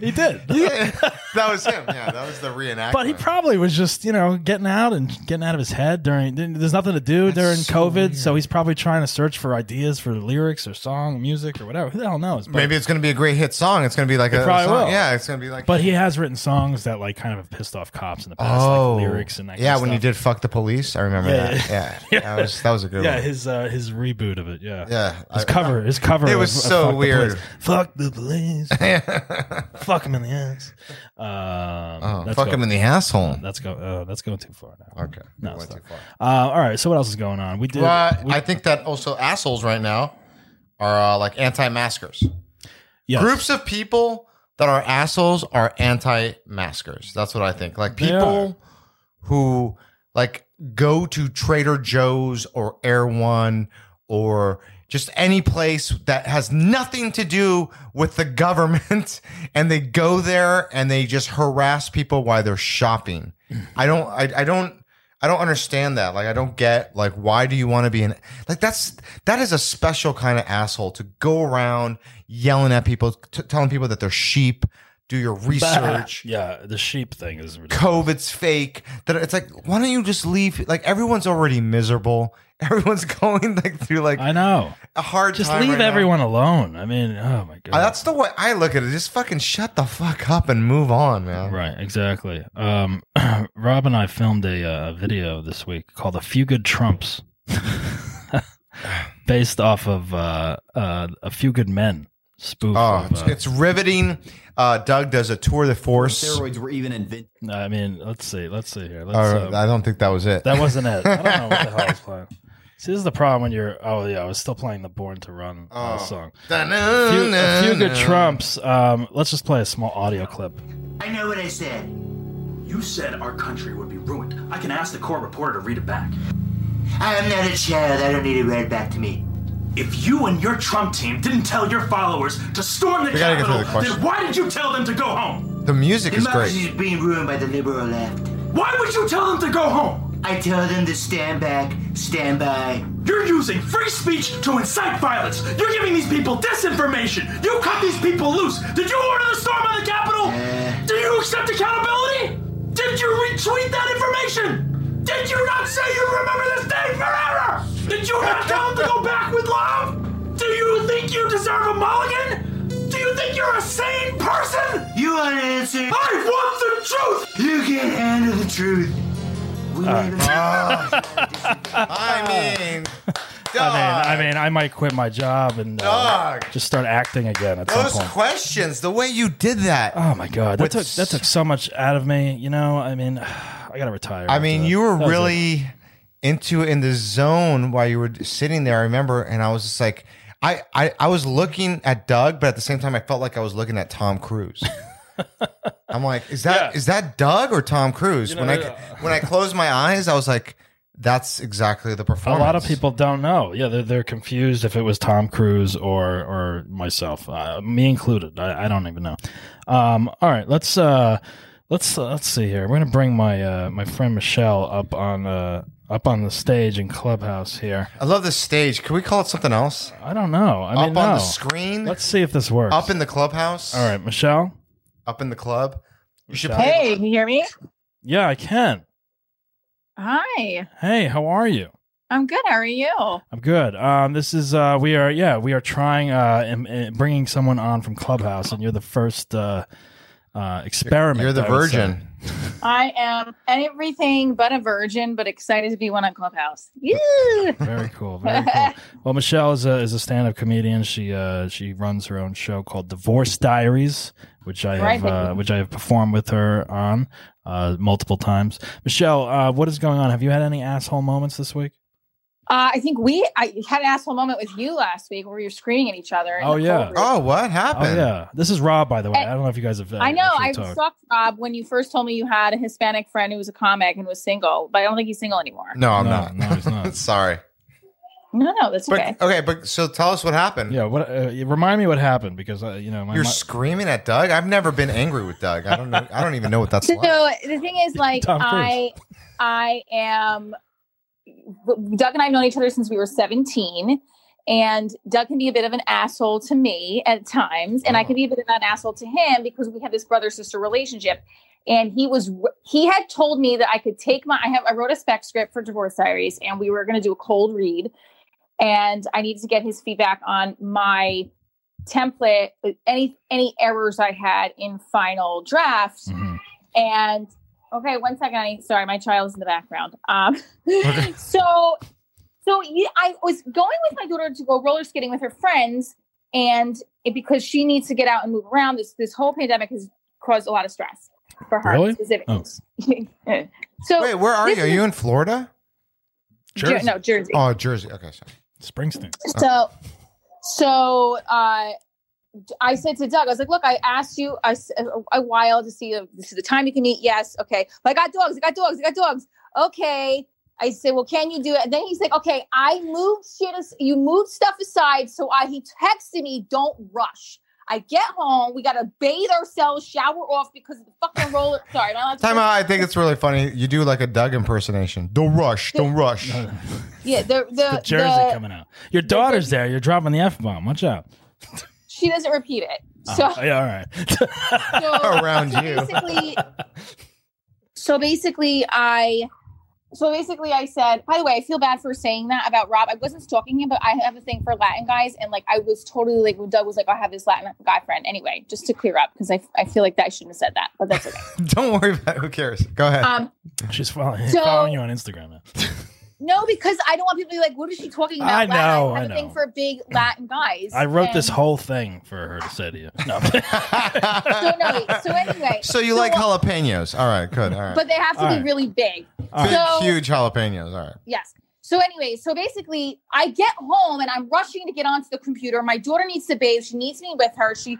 He did, Yeah, that was him yeah that was the reenactment but he probably was just, you know, getting out and getting out of his head during. There's nothing to do during so COVID, so he's probably trying to search for ideas for lyrics or song, music or whatever. Who the hell knows? But- maybe it's gonna be a great hit song it's gonna be like a probably song- will. yeah it's gonna be like But he has written songs that like kind of have pissed off cops in the past, oh like lyrics and that. yeah kind of when he stuff. did fuck the police I remember Yeah, that yeah, yeah. that was that was a good Yeah, one his uh, his reboot of it. Yeah, Yeah, His I- cover, his cover. It was of- of so Fuck the weird. Police. Fuck the police. Fuck him in the ass. Um, Oh, that's fuck go- him in the asshole. That's go. Oh, that's going too far now. Okay, No, we it's went too not. far. Uh, all right. So what else is going on? We did. But we- I think that also assholes right now are uh, like anti-maskers. yes. Groups of people that are assholes are anti-maskers. That's what I think. Like They people who like go to Trader Joe's or Air One or just any place that has nothing to do with the government and they go there and they just harass people while they're shopping. I don't I, I don't I don't understand that. Like I don't get like why do you want to be an like that's that is a special kind of asshole to go around yelling at people, t- telling people that they're sheep, do your research. Yeah, the sheep thing is. ridiculous. COVID's fake. That it's like, why don't you just leave? Like everyone's already miserable. Everyone's going like through like I know. a hard Just time leave right now. everyone alone. I mean, oh my god. Uh, That's the way I look at it. Just fucking shut the fuck up and move on, man. Right, exactly. Um, Rob and I filmed a uh, video this week called "A Few Good Trumps," based off of uh, uh, "A Few Good Men" spoof. Oh, of, it's, uh, it's riveting. Uh, Doug does a tour of the force. steroids were even invented. uh, I mean, let's see, let's see here. Let's, Or, uh, I don't think that was it. that wasn't it. I don't know what the hell I was playing. See, this is the problem when you're. Oh yeah, I was still playing the "Born to Run" uh, Oh. song. A few, a few good trumps. Um, let's just play a small audio clip. I know what I said. You said our country would be ruined. I can ask the court reporter to read it back. I'm not a child. I don't need it read back to me. If you and your Trump team didn't tell your followers to storm the We gotta get Capitol, through the question. then why did you tell them to go home? The music is Democracy great. is being ruined by the liberal left. Why would you tell them to go home? I tell them to stand back, stand by. You're using free speech to incite violence. You're giving these people disinformation. You cut these people loose. Did you order the storm on the Capitol? Uh, Do you accept accountability? Did you retweet that information? Did you not say you remember this day forever? you not down to go back with love? Do you think you deserve a mulligan? Do you think you're a sane person? You want an answer? I want the truth! You can't handle the truth. We live in- Ah. I mean, dog, I mean, I mean, I might quit my job and uh, Dog. just start acting again at some those point. questions, the way you did that. Oh my god, that With took that took so much out of me. You know, I mean, I gotta retire. I after mean, that. you were That was it. really into it in the zone while you were sitting there. I remember, and I was just like, I, I, I was looking at Doug, but at the same time, I felt like I was looking at Tom Cruise. I'm like, is that is that Doug or Tom Cruise? You know, when I yeah. when I closed my eyes, I was like, that's exactly the a performance. lot of people don't know. Yeah, they're, they're confused if it was Tom Cruise or or myself, uh, me included. I, I don't even know. Um, all right, let's uh, let's uh, let's see here. We're gonna bring my uh, my friend Michelle up on uh, up on the stage in Clubhouse here. I love this stage. Can we call it something else? I don't know. I up mean, on no. the screen, Let's see if this works. up in the clubhouse. all right, Michelle. up in the club. You should play. Hey, can you hear me? Yeah, I can. Hi, Hey, how are you? I'm good. How are you? I'm good. Um, this is uh, we are yeah we are trying uh, im- im- bringing someone on from Clubhouse, and you're the first uh, uh, experiment. You're the I would say. virgin. I am everything but a virgin, but excited to be one on Clubhouse. Uh, Woo! Very cool. Very cool. Well, Michelle is a is a stand up comedian. She uh, she runs her own show called Divorce Diaries, which I have Right. uh, which I have performed with her on uh, multiple times. Michelle, uh, what is going on? Have you had any asshole moments this week? Uh, I think we I had an asshole moment with you last week where you were screaming at each other. in Oh, the yeah. cold room. Oh, what happened? Oh yeah, this is Rob, by the way. Hey. I don't know if you guys have. Uh, Eh, I know. I actually talked. sucked, Rob, when you first told me you had a Hispanic friend who was a comic and was single, but I don't think he's single anymore. Oh, No, I'm No, not. no, he's not. Sorry. No, no, that's But okay. okay. but so tell us what happened. Yeah. What? Uh, remind me what happened because uh, you know my. You're mi- screaming at Doug. I've never been angry with Doug. I don't know. I don't even know what that's So like. the thing is, like, Tom I, I am. Doug and I have known each other since we were seventeen, and Doug can be a bit of an asshole to me at times, and I can be a bit of an asshole to him because we have this brother sister relationship. And he was he had told me that I could take my I have I wrote a spec script for Divorce Diaries, and we were going to do a cold read, and I needed to get his feedback on my template, any any errors I had in final draft. Mhm. And okay, one second. I sorry, my child's in the background. Um, so so yeah, I was going with my daughter to go roller skating with her friends, and it, because she needs to get out and move around, this this whole pandemic has caused a lot of stress for her Really? specifically. Oh. so Wait, where are this you? Are is- you in Florida? Jer- no Jersey. Oh, Jersey. Okay, sorry. Springsteen. so so uh I said to Doug, I was like, "Look, I asked you a, a while to see if this is the time you can meet. Yes, okay. But I got dogs. I got dogs. I got dogs. Okay. I said, well, can you do it? And then he's like, okay, I moved shit. As- you moved stuff aside. So I he texted me, don't rush. I get home. We gotta bathe ourselves, shower off because of the fucking roller. Sorry, I don't have to- Time out. I think it's really funny. You do like a Doug impersonation. Don't rush. Don't rush. Yeah, the the, The jersey the- coming out. Your daughter's there. You're dropping the f bomb. Watch out. She doesn't repeat it. So Oh, yeah, all right. so Around so you. Basically, so basically, I. So basically, I said. By the way, I feel bad for saying that about Rob. I wasn't stalking him, but I have a thing for Latin guys, and like I was totally like when Doug was like, 'Oh, "I have this Latin guy friend." Anyway, just to clear up because I, I feel like that I shouldn't have said that, but that's okay. Don't worry about. It. Who cares? Go ahead. Um, She's following, So- following you on Instagram. Now. no, because I don't want people to be like, "What is she talking about?" I Latin? know, I have I a thing know. for big Latin guys. I wrote and- this whole thing for her to say to you. No. So no. So anyway. So you like so- jalapenos? All right, good. All right. But they have to All be right. really big. Big, So- huge jalapenos. All right. Yes. So anyway, so basically I get home and I'm rushing to get onto the computer. My daughter needs to bathe. She needs me with her. She,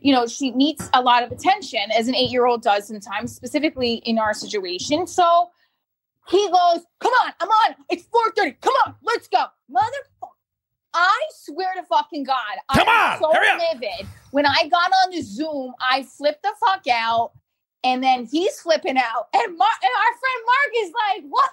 you know, she needs a lot of attention as an eight-year-old does sometimes, specifically in our situation. So he goes, come on, I'm on. It's 4.30. Come on, let's go. Motherfucker. I swear to fucking God. Come I'm on, so hurry up. livid. When I got on the Zoom, I flipped the fuck out. And then he's flipping out. And, Mar- and our friend Mark is like, what?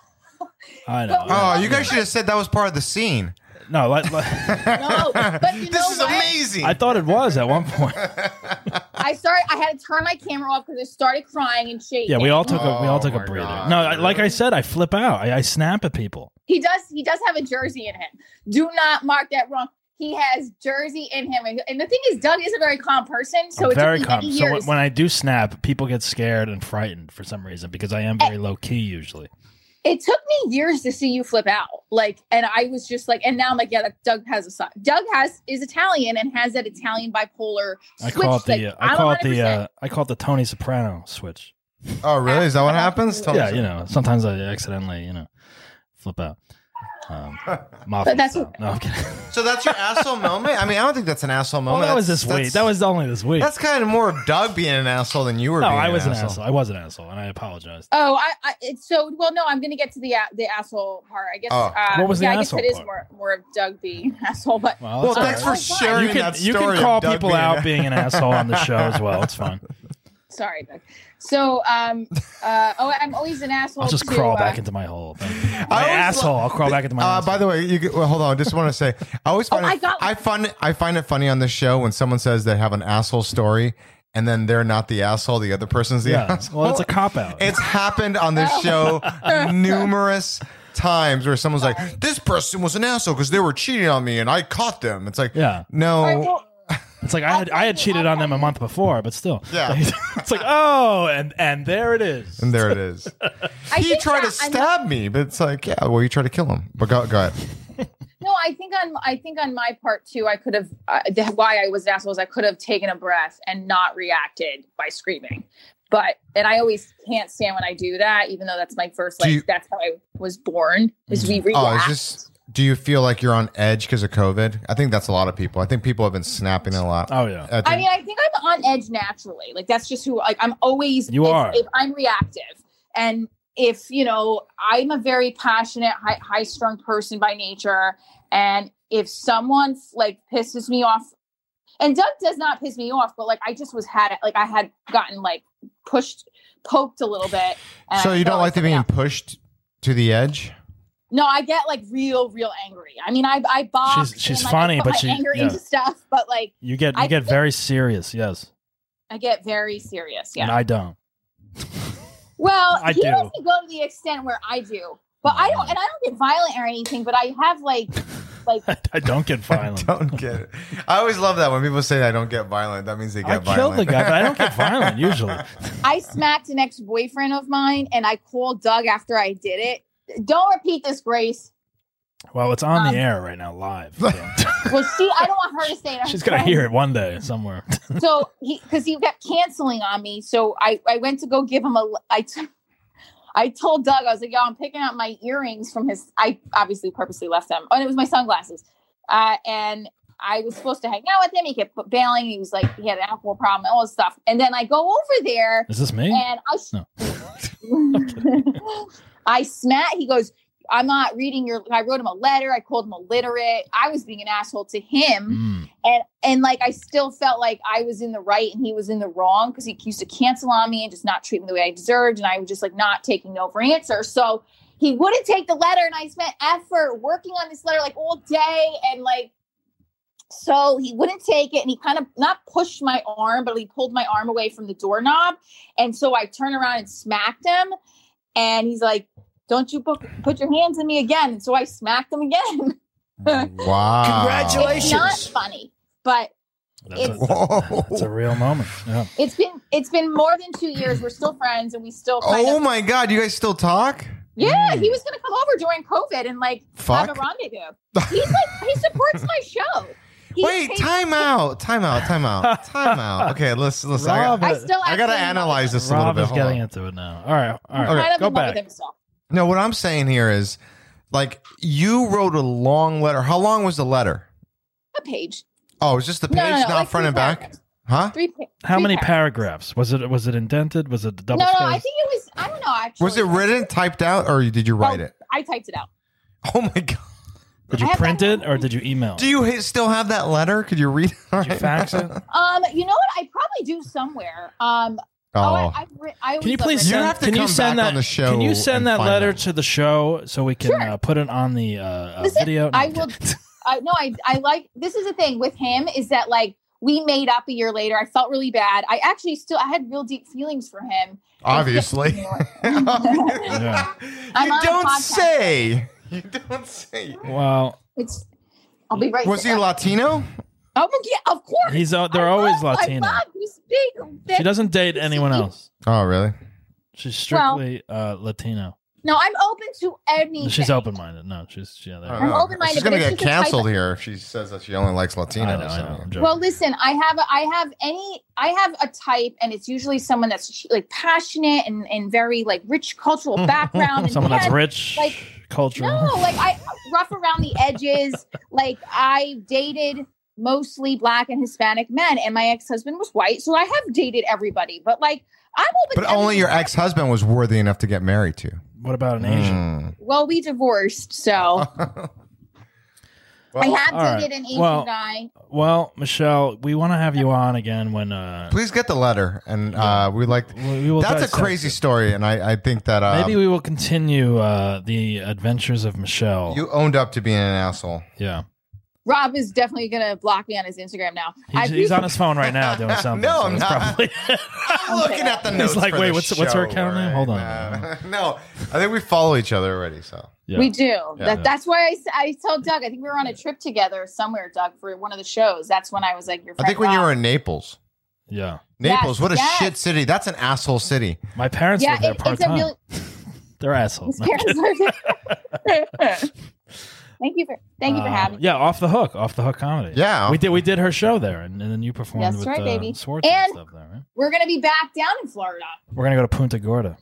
I know. Oh, you guys should have said that was part of the scene. No, like, like, No, but you this know is what? amazing. I thought it was at one point. I started. I had to turn my camera off because I started crying and shaking. Yeah, we all took a we all Oh took a my breather. God, no, I, dude. like I said, I flip out. I, I snap at people. He does. He does have a jersey in him. Do not mark that wrong. He has jersey in him, and, and the thing is, Doug is a very calm person. So I'm it very took me calm. many So years. when- when I do snap, people get scared and frightened for some reason because I am Eh. very low key usually. it took me years to see you flip out, like, and I was just like, and now I'm like, yeah, that Doug has a side. Doug has is Italian and has that Italian bipolar. I switch call it thing. the uh, I I'm call it the 100%. uh, I call it the Tony Soprano switch. Oh, really? Is that what happens? Tell yeah, you know, sometimes I accidentally you know flip out. Um, mafia But that's style. no, I'm kidding. So that's your asshole moment. I mean, I don't think that's an asshole Well, moment. Oh, that was That's- this week. that's- That was only this week. That's kind of more of Doug being an asshole than you were. no, being I was an an asshole. I was an asshole, and I apologize. Oh, I, I it's so well. No, I'm going to get to the a- the asshole part. I guess. Oh. uh, What was the yeah, I guess asshole it is part? more more of Doug being an asshole, but Well, Well, that's all Oh thanks right. for sharing you can, that story. you can call of Doug people being out an- being an asshole on the show as well. It's fine. sorry, Doug. So, um, uh, oh, I'm always an asshole. I'll just to, crawl uh, back into my hole. Thank you. My always asshole. I'll crawl back into my. Uh, asshole. by the way, you get, well, hold on. I just want to say, I always find Oh, I it, got one. find it, I find it funny on this show when someone says they have an asshole story and then they're not the asshole, the other person's the yeah. asshole. Well, it's a cop out. It's happened on this Oh. show numerous times where someone's like, "This person was an asshole because they were cheating on me and I caught them." It's like, Yeah. no, All right, well, It's like I had I had cheated on them a month before, but still. Yeah. it's like oh, and and there it is. and there it is. I he think tried that to I'm- stab me, but it's like, yeah, well, you tried to kill him. But go, go ahead. No, I think on I think on my part too. I could have uh, the, why I was an asshole is I could have taken a breath and not reacted by screaming. But and I always can't stand when I do that, even though that's my first. Do Like you- that's how I was born. Is we react. Oh, it's just. Do you feel like you're on edge because of COVID? I think that's a lot of people. I think people have been snapping a lot. Oh yeah. think, I mean, I think I'm on edge naturally. Like that's just who. Like I'm always. You if- are. If I'm reactive, and if you know, I'm a very passionate, high, high strung person by nature, and if someone like pisses me off, and Doug does not piss me off, but like I just was had like I had gotten like pushed, poked a little bit. and so I you felt don't like to something being else. pushed to the edge? No, I get like real, real angry. I mean, I I box. She's- she's and, like, funny, I put but my she- anger yeah. into stuff. But like You get you I get think- very serious. Yes. I get very serious. Yeah. And I don't. Well, I he do. doesn't go to the extent where I do, but I don't, and I don't get violent or anything. But I have like, like I don't get violent. I, Don't get it. I always love that when people say I don't get violent. That means they get kill violent. the guy, but I don't get violent usually. I smacked an ex boyfriend of mine, and I called Doug after I did it. Don't repeat this, Grace. Well, it's on Um, the air right now, live. so. Well, she, I don't want her to say it. She's gonna hear it one day somewhere. So he, because he kept canceling on me, so I, I went to go give him a. I t- I told Doug, I was like, "Yo, I'm picking out my earrings from his." I obviously purposely left them, oh, and it was my sunglasses. Uh, and I was supposed to hang out with him. He kept bailing. He was like, he had an alcohol problem, all this stuff. And then I go over there, Is this me? and I. No. I smack. He goes, "I'm not reading your." I wrote him a letter. I called him illiterate. I was being an asshole to him Mm. and and like I still felt like I was in the right and he was in the wrong because he used to cancel on me and just not treat me the way I deserved, and I was just like not taking no for an answer. So he wouldn't take the letter, and I spent effort working on this letter like all day, and like so he wouldn't take it, and he kind of not pushed my arm, but he pulled my arm away from the doorknob, and so I turned around and smacked him, and he's like, "Don't you put, put your hands in me again?" And so I smacked him again. Wow! it's not funny, but That's, a, Whoa. that's a real moment. Yeah. It's been it's been more than two years. We're still friends, and we still. Kind Oh of, my God! You guys still talk? yeah, he was gonna come over during COVID and like have Fuck! a rendezvous. He's like he supports my show. He Wait! pays- Time out! Time out! Time out! Time out! Okay, listen, listen. I, Rob, got, I still. I gotta actually love analyze him. this a little Rob bit. is Hold on. getting into it now. All right. All I'm right. Kind of Go in love back. with himself. No, what I'm saying here is, like, you wrote a long letter. How long was the letter? A page. Oh, it's just the page, no, no, no, not like front three and back, paragraphs. huh? Three. pa- How three many paragraphs? Was it was it indented? Was it No, double no. spaced? I think it was. I don't know. Actually, Was it written, typed out, or did you write Oh, it? I typed it out. Oh my God! Did I you have print that- it or did you email? Do you ha- still have that letter? Could you read? it Did you right fax now? it? Um, you know what? I probably do somewhere. Um, oh, Oh, I, I've writ- I Can you please always love You send, writing. have to can you come send back that on the show Can you send and that find letter out. to the show so we can Sure. uh, put it on the uh, uh, Listen, video? I will- I no, I I like this is the thing with him is that like we made up a year later. I felt really bad. I actually still I had real deep feelings for him. Obviously. Yeah. I'm on you a don't podcast. say. You don't say. Well, It's I'll be right. Was he back. Latino? Oh yeah, of course. he's uh, they're I always love my Latino. mom, who's big, She doesn't date anyone else. Oh, really? She's Well- strictly uh, Latino. No, I'm open to anything. She's open minded. No, she's yeah. Oh, there- I'm open-minded, She's gonna but get it's just a type canceled here if she says that she only likes Latinos. I know, I know. I'm joking. Well, listen, I have a, I have any I have a type, and it's usually someone that's like passionate and and very like rich cultural background. and Someone that's yes, rich, like, cultural. No, like I rough around the edges. like I dated mostly black and Hispanic men, and my ex husband was white, so I have dated everybody. But like I'm open. But to only your everything. ex husband was worthy enough to get married to. what about Hmm. an Asian? Well, we divorced, so Mm. Oh. I well, have all right. dated an Asian Well- guy. Well, Michelle, we want to have you on again when uh, please get the letter, and uh, we like. we we will. That's a dissect crazy it. story, and I, I think that uh, Maybe we will continue uh, the adventures of Michelle. you owned up to being an asshole. yeah, Rob is definitely gonna block me on his Instagram now. he's, I- he's on his phone right now doing something. No, so I'm it's not. Probably, I'm looking at the notes. like, for wait, the what's- what's her show, account name? Hold on. Uh, no, I think we follow each other already. So Yeah. We do. Yeah. That, that's why I, s- I told Doug. I think we were on a trip together somewhere, Doug, for one of the shows. That's when I was like, I "Your friend." think when you Rob. were in Naples, yeah. Naples, Yes, what a yes. shit city. That's an asshole city. My parents Yeah, live there it- part it's a time. really- They're assholes. his No, I'm kidding. parents are- thank you for thank you for Uh, having me. Yeah, off the hook, off the hook comedy. Yeah, we did. We did her show there, and, and then you performed That's with right, uh, baby. Swartz and, And- stuff there. Right? We're gonna be back down in Florida. We're gonna go to Punta Gorda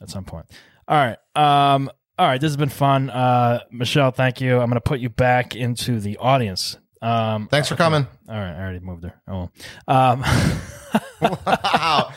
at some point. All right. Um. All right. This has been fun. Uh, Michelle, thank you. I'm gonna put you back into the audience. Um. Thanks for coming. All right. I already moved her. Oh. well. Um. wow.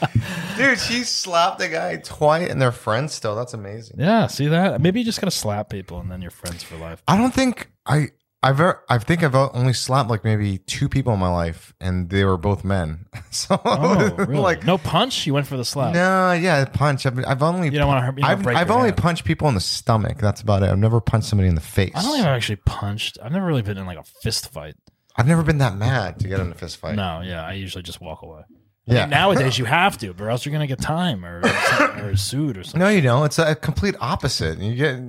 Dude, she slapped the guy twice and they're friends still. That's amazing. yeah. See that? Maybe you just gotta slap people, and then you're friends for life. I don't think I I've ever, I think I've only slapped like maybe two people in my life and they were both men. So Oh, really? like no punch. You went for the slap. no, yeah, punch. I've, I've only You don't want to hurt. You don't I've, break I've your only hand. punched people in the stomach. That's about it. I've never punched somebody in the face. I don't think I've actually punched. I've never really been in like a fist fight. I've never been that mad to get in a fist fight. No, yeah, I usually just walk away. yeah. And nowadays you have to, or else you're gonna get time or or sued or something. No, you don't. It's a complete opposite. You get,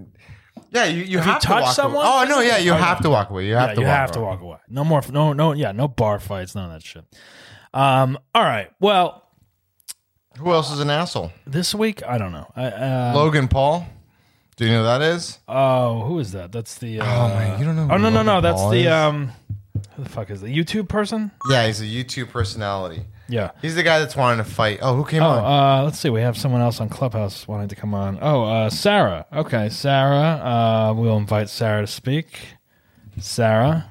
yeah, you, you If you have touch to walk someone- Away. Oh no, yeah, you Oh, have no. to walk away. You have yeah, to. you walk have away. to walk away. No more, no, no, yeah, no bar fights, none of that shit. Um, all right. Well, Who else is an asshole? this week I don't know. I, uh, Logan Paul. Do you know who that is? oh, who is that? That's the. Uh, Oh, man, you don't know Oh who no, no, no. Logan That's Paul the is? um. Who the fuck is the YouTube person? Yeah, he's a YouTube personality. Yeah. He's the guy that's wanting to fight. Oh, who came Oh, on? uh, let's see. We have someone else on Clubhouse wanting to come on. Oh, uh, Sarah. Okay, Sarah. Uh, we'll invite Sarah to speak. Sarah.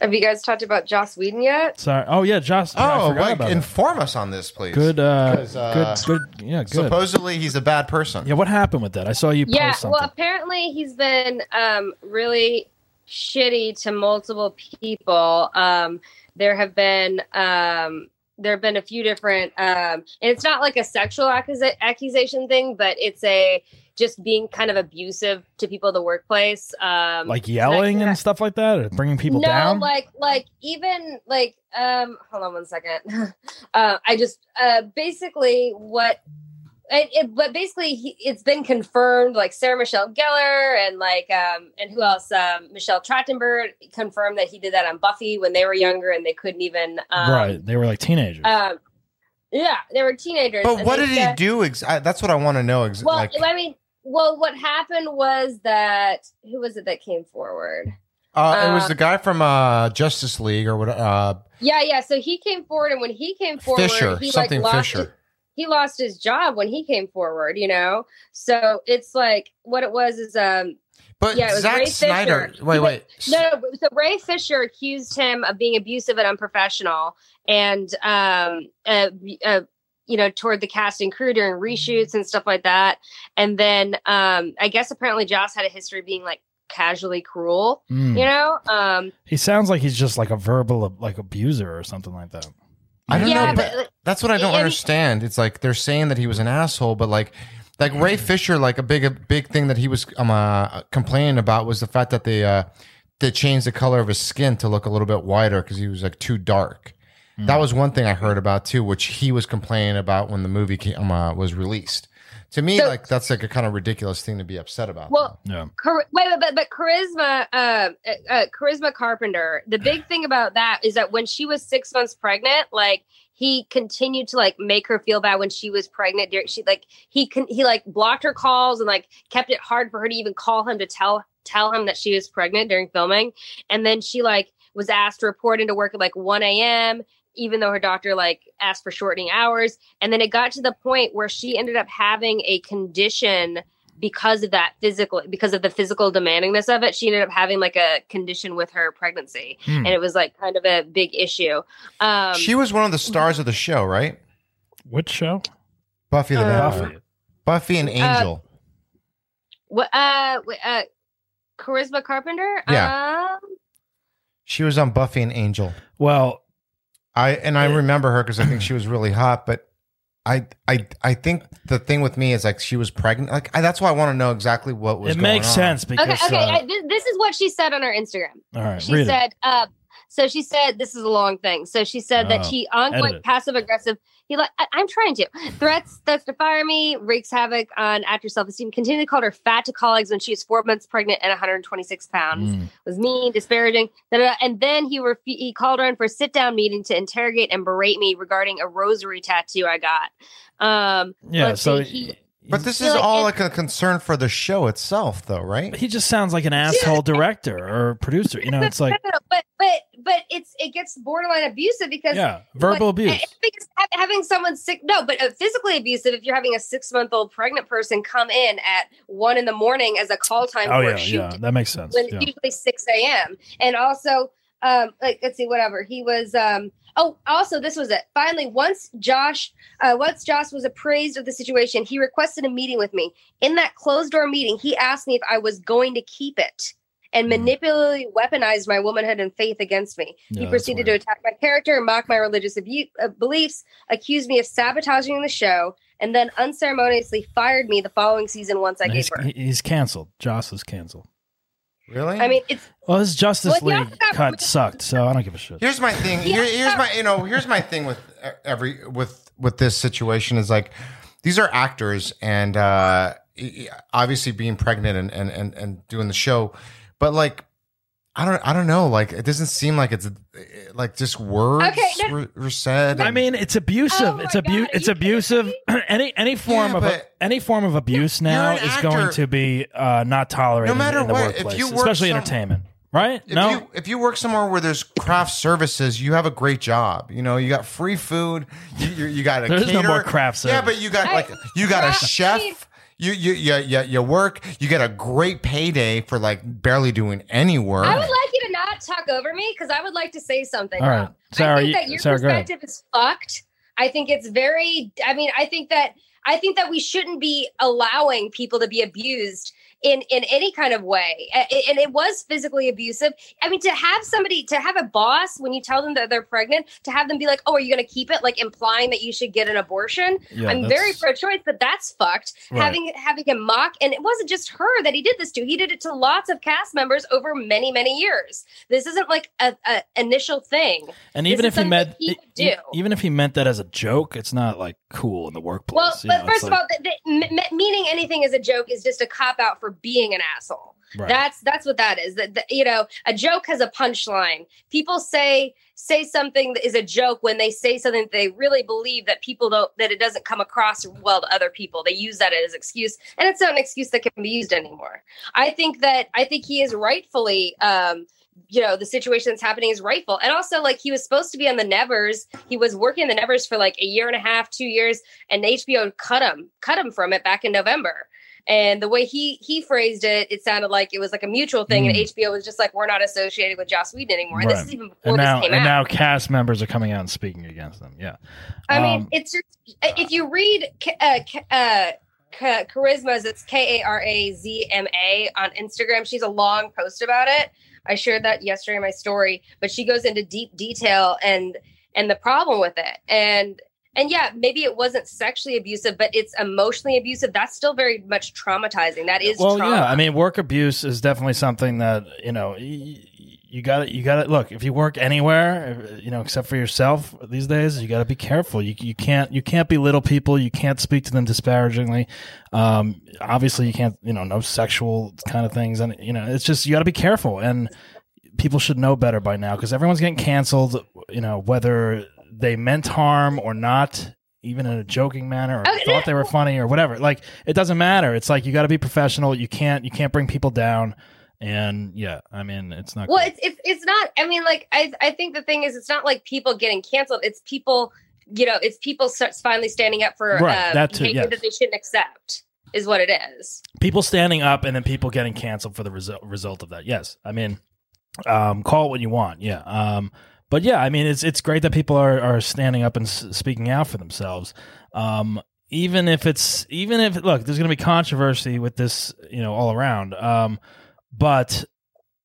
Have you guys talked about Joss Whedon yet? Sorry. Oh yeah, Josh. yeah, I oh, forgot wait, about that. inform us on this, please. good, uh, Because, uh, good, good. Yeah, good. Supposedly he's a bad person. yeah, what happened with that? I saw you Yeah, post something. well, apparently he's been um, really shitty to multiple people. Um, there have been um, there have been a few different, um, and it's not like a sexual accusa- accusation thing, but it's a just being kind of abusive to people in the workplace. Um, like yelling and and stuff like that, or bringing people no, down. like like even like um hold on one second. uh, I just uh basically what it, it but basically he, it's been confirmed like Sarah Michelle Gellar and like um and who else um Michelle Trachtenberg confirmed that he did that on Buffy when they were younger and they couldn't even um, right? They were like teenagers. um yeah they were teenagers But and what they did he said- do? Ex- I, that's what I want to know. Ex- well like, I mean well what happened was that who was it that came forward uh, it was uh, the guy from uh, Justice League or what? Uh, Yeah, yeah. So he came forward, and when he came forward, Fisher, he something like lost. Fisher. He lost his job when he came forward. You know, so it's like what it was is um But Yeah, it was Zack Ray Snyder. Fisher. Wait, wait. no, no so Ray Fisher accused him of being abusive and unprofessional, and um uh, uh you know toward the cast and crew during reshoots and stuff like that, and then um I guess apparently Joss had a history of being like casually cruel. Hmm. Mm. You know, um He sounds like he's just like a verbal ab- like abuser or something like that. I don't yeah, know, but, but- that's what I don't and- understand. It's like they're saying that he was an asshole, but like, like Mm. Ray Fisher, like a big, a big thing that he was um, uh, complaining about was the fact that they uh, to change the color of his skin to look a little bit whiter because he was like too dark. Mm. That was one thing I heard about too, which he was complaining about when the movie came, uh, was released. To me, So- like that's like a kind of ridiculous thing to be upset about. Well, Yeah. Char- wait, wait, but but charisma, uh, uh, uh, charisma Carpenter. The big thing about that is that when she was six months pregnant, like he continued to like make her feel bad when she was pregnant. During, she like he can he like blocked her calls and like kept it hard for her to even call him to tell tell him that she was pregnant during filming. And then she like was asked to report into work at like one a.m. Even though her doctor like asked for shortening hours, and then it got to the point where she ended up having a condition because of that physical because of the physical demandingness of it she ended up having like a condition with her pregnancy Hmm. and it was like kind of a big issue um she was one of the stars of the show, right? Which show? Buffy the Uh, Vampire, Buffy and Angel. what uh, w- uh charisma carpenter Yeah. um she was on Buffy and Angel. Well, I and I remember her because I think she was really hot, but I I I think the thing with me is like she was pregnant. Like I, that's why I want to know exactly what was. it going makes on. sense okay because. okay uh, I, this, this is what she said on her instagram all right, she read it. said uh so she said this is a long thing so she said Oh, that she ongoing edited. passive aggressive he like I- i'm trying to threats threats to fire me wreaks havoc on actress self-esteem continually called her fat to colleagues when she was four months pregnant and 126 pounds Mm. was mean disparaging da, da, da. and then he refu- he called her in for a sit-down meeting to interrogate and berate me regarding a rosary tattoo i got um Yeah, let's so see, he- But this Yeah, is like, all it- like a concern for the show itself, though, right? he just sounds like an asshole director or producer. You know, it's like No, no, but but but it's it gets borderline abusive because yeah, verbal Like, abuse. I- I think it's ha- having someone sick, no, but uh, physically abusive. If you're having a six month old pregnant person come in at one in the morning as a call time Oh for yeah, a shoot, yeah, that makes sense. when yeah. it's usually six a.m. And also, um, like let's see, whatever he was. Um, oh, also this was it. Finally, once Josh, uh, once Josh was appraised of the situation, he requested a meeting with me. In that closed door meeting, he asked me if I was going to keep it. And Mm. manipulatively weaponized my womanhood and faith against me. Yeah, he that's proceeded to weird. attack my character, mock my religious abu- uh, beliefs, accused me of sabotaging the show, and then unceremoniously fired me the following season once I No, gave he's, birth. he- he's canceled. Joss is canceled. Really? I mean, it's Well, his Justice Well, yeah, League that- cut sucked, so I don't give a shit. here's my thing. Here, here's my you know here's my thing with every with with this situation is like these are actors and uh obviously being pregnant and and and, and doing the show, but like. I don't. I don't know. Like, it doesn't seem like it's like just words Okay, no- were, were said. I and- mean, it's abusive. Oh my it's abu- God, are It's you kidding abusive. any any form Yeah, of but- any form of abuse You're now an is going actor. to be uh, not tolerated. No matter in the what, if workplace, you work especially some- entertainment, right? if no, you if you work somewhere where there's craft services, you have a great job. You know, you got free food. You you, you got a There's no caterer. more craft Yeah, service. but you got I- like you got a Yeah, I- chef. You you you you, you work. You get a great payday for like barely doing any work. I would like you to not talk over me because I would like to say something. All right. Rob. Sarah, I think you- that your Sarah, go ahead. perspective is fucked. I think it's very. I mean, I think that I think that we shouldn't be allowing people to be abused in in any kind of way. A- a- And it was physically abusive. I mean, to have somebody to have a boss when you tell them that they're pregnant, to have them be like, "Oh, are you going to keep it?" Like implying that you should get an abortion. Yeah, I'm that's- very pro-choice, but that's fucked. Right. Having having him mock, and it wasn't just her that he did this to. He did it to lots of cast members over many many years. This isn't like a, a initial thing. and this even if is he something meant he would e- do. even if he meant that as a joke, it's not like cool in the workplace. Well, you but know, it's like- first of all, the, the, m- m- meaning anything as a joke is just a cop out for being an asshole. Right. That's that's what that is. That that, you know, a joke has a punchline. People say say something that is a joke when they say something that they really believe that people don't that it doesn't come across well to other people. They use that as excuse, and it's not an excuse that can be used anymore. I think that I think he is rightfully. Um, you know the situation that's happening is rightful and also like he was supposed to be on the nevers he was working on the nevers for like a year and a half two years and HBO cut him cut him from it back in November. And the way he he phrased it, it sounded like it was like a mutual thing, and Mm. HBO was just like, "We're not associated with Joss Whedon anymore." And Right. This is even before and now this came and out. now cast members are coming out and speaking against them. Yeah, I um, mean, it's just if you read K- uh, K- uh, K- Charisma's, it's K A R A Z M A on Instagram. She's a long post about it. I shared that yesterday in my story, but she goes into deep detail and and the problem with it and and yeah maybe it wasn't sexually abusive but it's emotionally abusive that's still very much traumatizing that is well, trauma. yeah. I mean, work abuse is definitely something that you know. y- you got to You got to look. If you work anywhere, you know, except for yourself these days, you got to be careful. You, you can't you can't belittle people. You can't speak to them disparagingly. Um, obviously, you can't. You know, no sexual kind of things, and you know, it's just you got to be careful. And people should know better by now because everyone's getting canceled. You know, whether they meant harm or not, even in a joking manner, or Okay, thought they were funny or whatever. Like it doesn't matter. It's like you got to be professional. You can't you can't bring people down. And yeah, I mean, it's not. Well, it's, it's it's not. I mean, like I I think the thing is, it's not like people getting canceled. It's people, you know, it's people start finally standing up for Right, uh, that too, behavior yes. that they shouldn't accept. Is what it is. people standing up and then people getting canceled for the result result of that. Yes, I mean, um, call it what you want. Yeah, um, but yeah, I mean, it's it's great that people are are standing up and s- speaking out for themselves. Um, even if it's even if look, there's going to be controversy with this, you know, all around. Um, but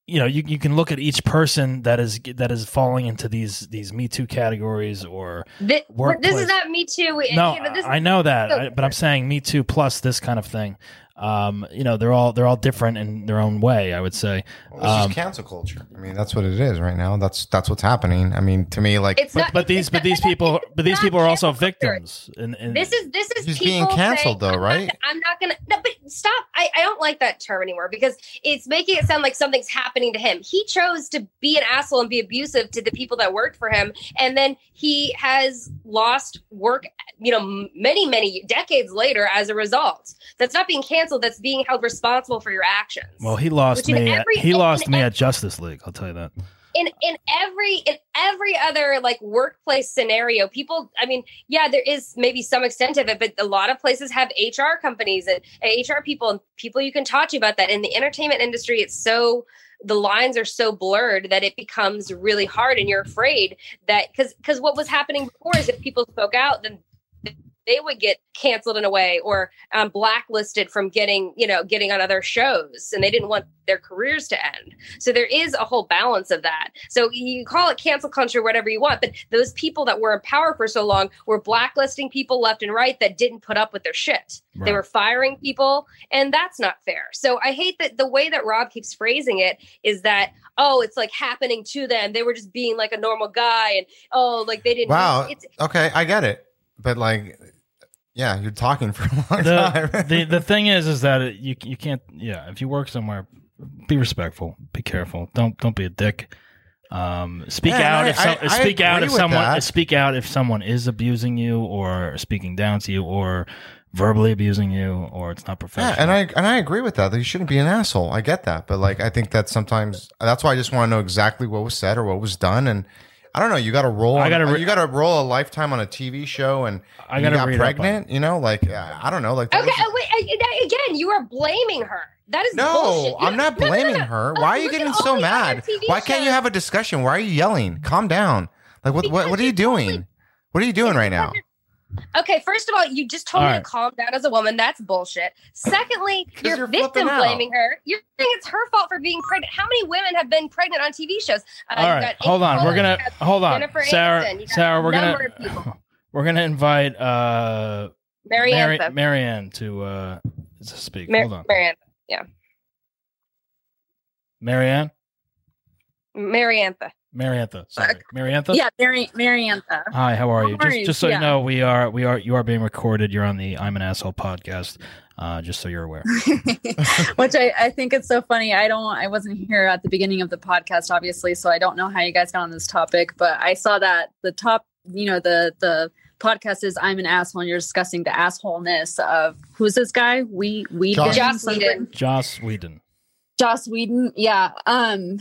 you know, you, you can look at each person that is that is falling into these these Me Too categories or Thi- Workplace. this is not me too. We- no, you know, this I know that, so I, but I'm saying Me Too plus this kind of thing. Um, you know, they're all they're all different in their own way. I would say. It's just Um, cancel culture. I mean, that's what it is right now. That's that's what's happening. I mean, to me, like It's not. but these but these people but these people are also victims. In, in, This is this is He's being people saying, canceled, though, "I'm not right?" gonna- I'm not gonna. No, but stop. I I don't like that term anymore because it's making it sound like something's happening to him. He chose to be an asshole and be abusive to the people that worked for him, and then he has lost work. You know, m- many many decades later as a result. That's not being canceled. That's being held responsible for your actions. well, he lost Which in me. At, every- he lost in me every- at Justice League. I'll tell you that. in in every in every other like workplace scenario people i mean yeah there is maybe some extent of it but a lot of places have hr companies and, and hr people and people you can talk to about that in the entertainment industry it's so the lines are so blurred that it becomes really hard and you're afraid that because because what was happening before is if people spoke out then they would get canceled in a way or um, blacklisted from getting you know getting on other shows and they didn't want their careers to end so there is a whole balance of that. So you can call it cancel culture, whatever you want, but those people that were in power for so long were blacklisting people left and right that didn't put up with their shit. They Right. were firing people, and that's not fair. So I hate that the way that Rob keeps phrasing it is that oh, it's like happening to them. They were just being like a normal guy, and oh, like they didn't. wow. It's, okay, I get it, but like, yeah, you're talking for a long The, time. the the thing is, is that it, you you can't. Yeah, if you work somewhere, be respectful. Be careful. Don't don't be a dick. Um, speak Yeah, and out I- if some, I- I speak out agree if with someone that. speak out if someone is abusing you or speaking down to you or verbally abusing you or it's not professional. yeah, and I and I agree with that. That you shouldn't be an asshole. I get that, but like, I think that sometimes that's why I just want to know exactly what was said or what was done. And I don't know. You got to roll. I on- uh, gotta re- you got to roll a lifetime on a TV show, and I you gotta got read up on pregnant. You know, like I I don't know. Like that okay, was- oh, wait, I- that- again, you are blaming her. That is bullshit. No, You- I'm not no, no, no, blaming no. her. Oh, Why are you look at getting all so the other mad? TV Why can't you shows. have a discussion? Why are you yelling? Calm down. Like what what, Because what are you it's only- doing? What are you doing right now? Okay, first of all, you just told All me right. to calm down as a woman. That's bullshit. Secondly, 'Cause you're, you're victim flipping out. blaming her. You're saying it's her fault for being pregnant. How many women have been pregnant on TV shows? Uh, All you right, got hold Amy on. We're Poehler, gonna you hold got on, Jennifer Sarah. Aniston, you got Sarah, a we're number of people. gonna we're gonna invite uh Mary Mary, Ann. Marianne to uh to speak. Mar- hold on, Mary Ann. Marianne, Mary Antha. Mariantha, sorry, Mariantha. Yeah, Mary Mariantha. Hi, how are No you? Just worries, just so yeah. you know, we are we are you are being recorded. You're on the I'm an asshole podcast. Uh, just so you're aware. Which I, I think it's so funny. I don't I wasn't here at the beginning of the podcast, obviously, so I don't know how you guys got on this topic, but I saw that the top you know, the the podcast is I'm an asshole and you're discussing the assholeness of who's this guy? We we Josh. Joss Whedon. Joss Whedon. Joss Whedon. Yeah. Um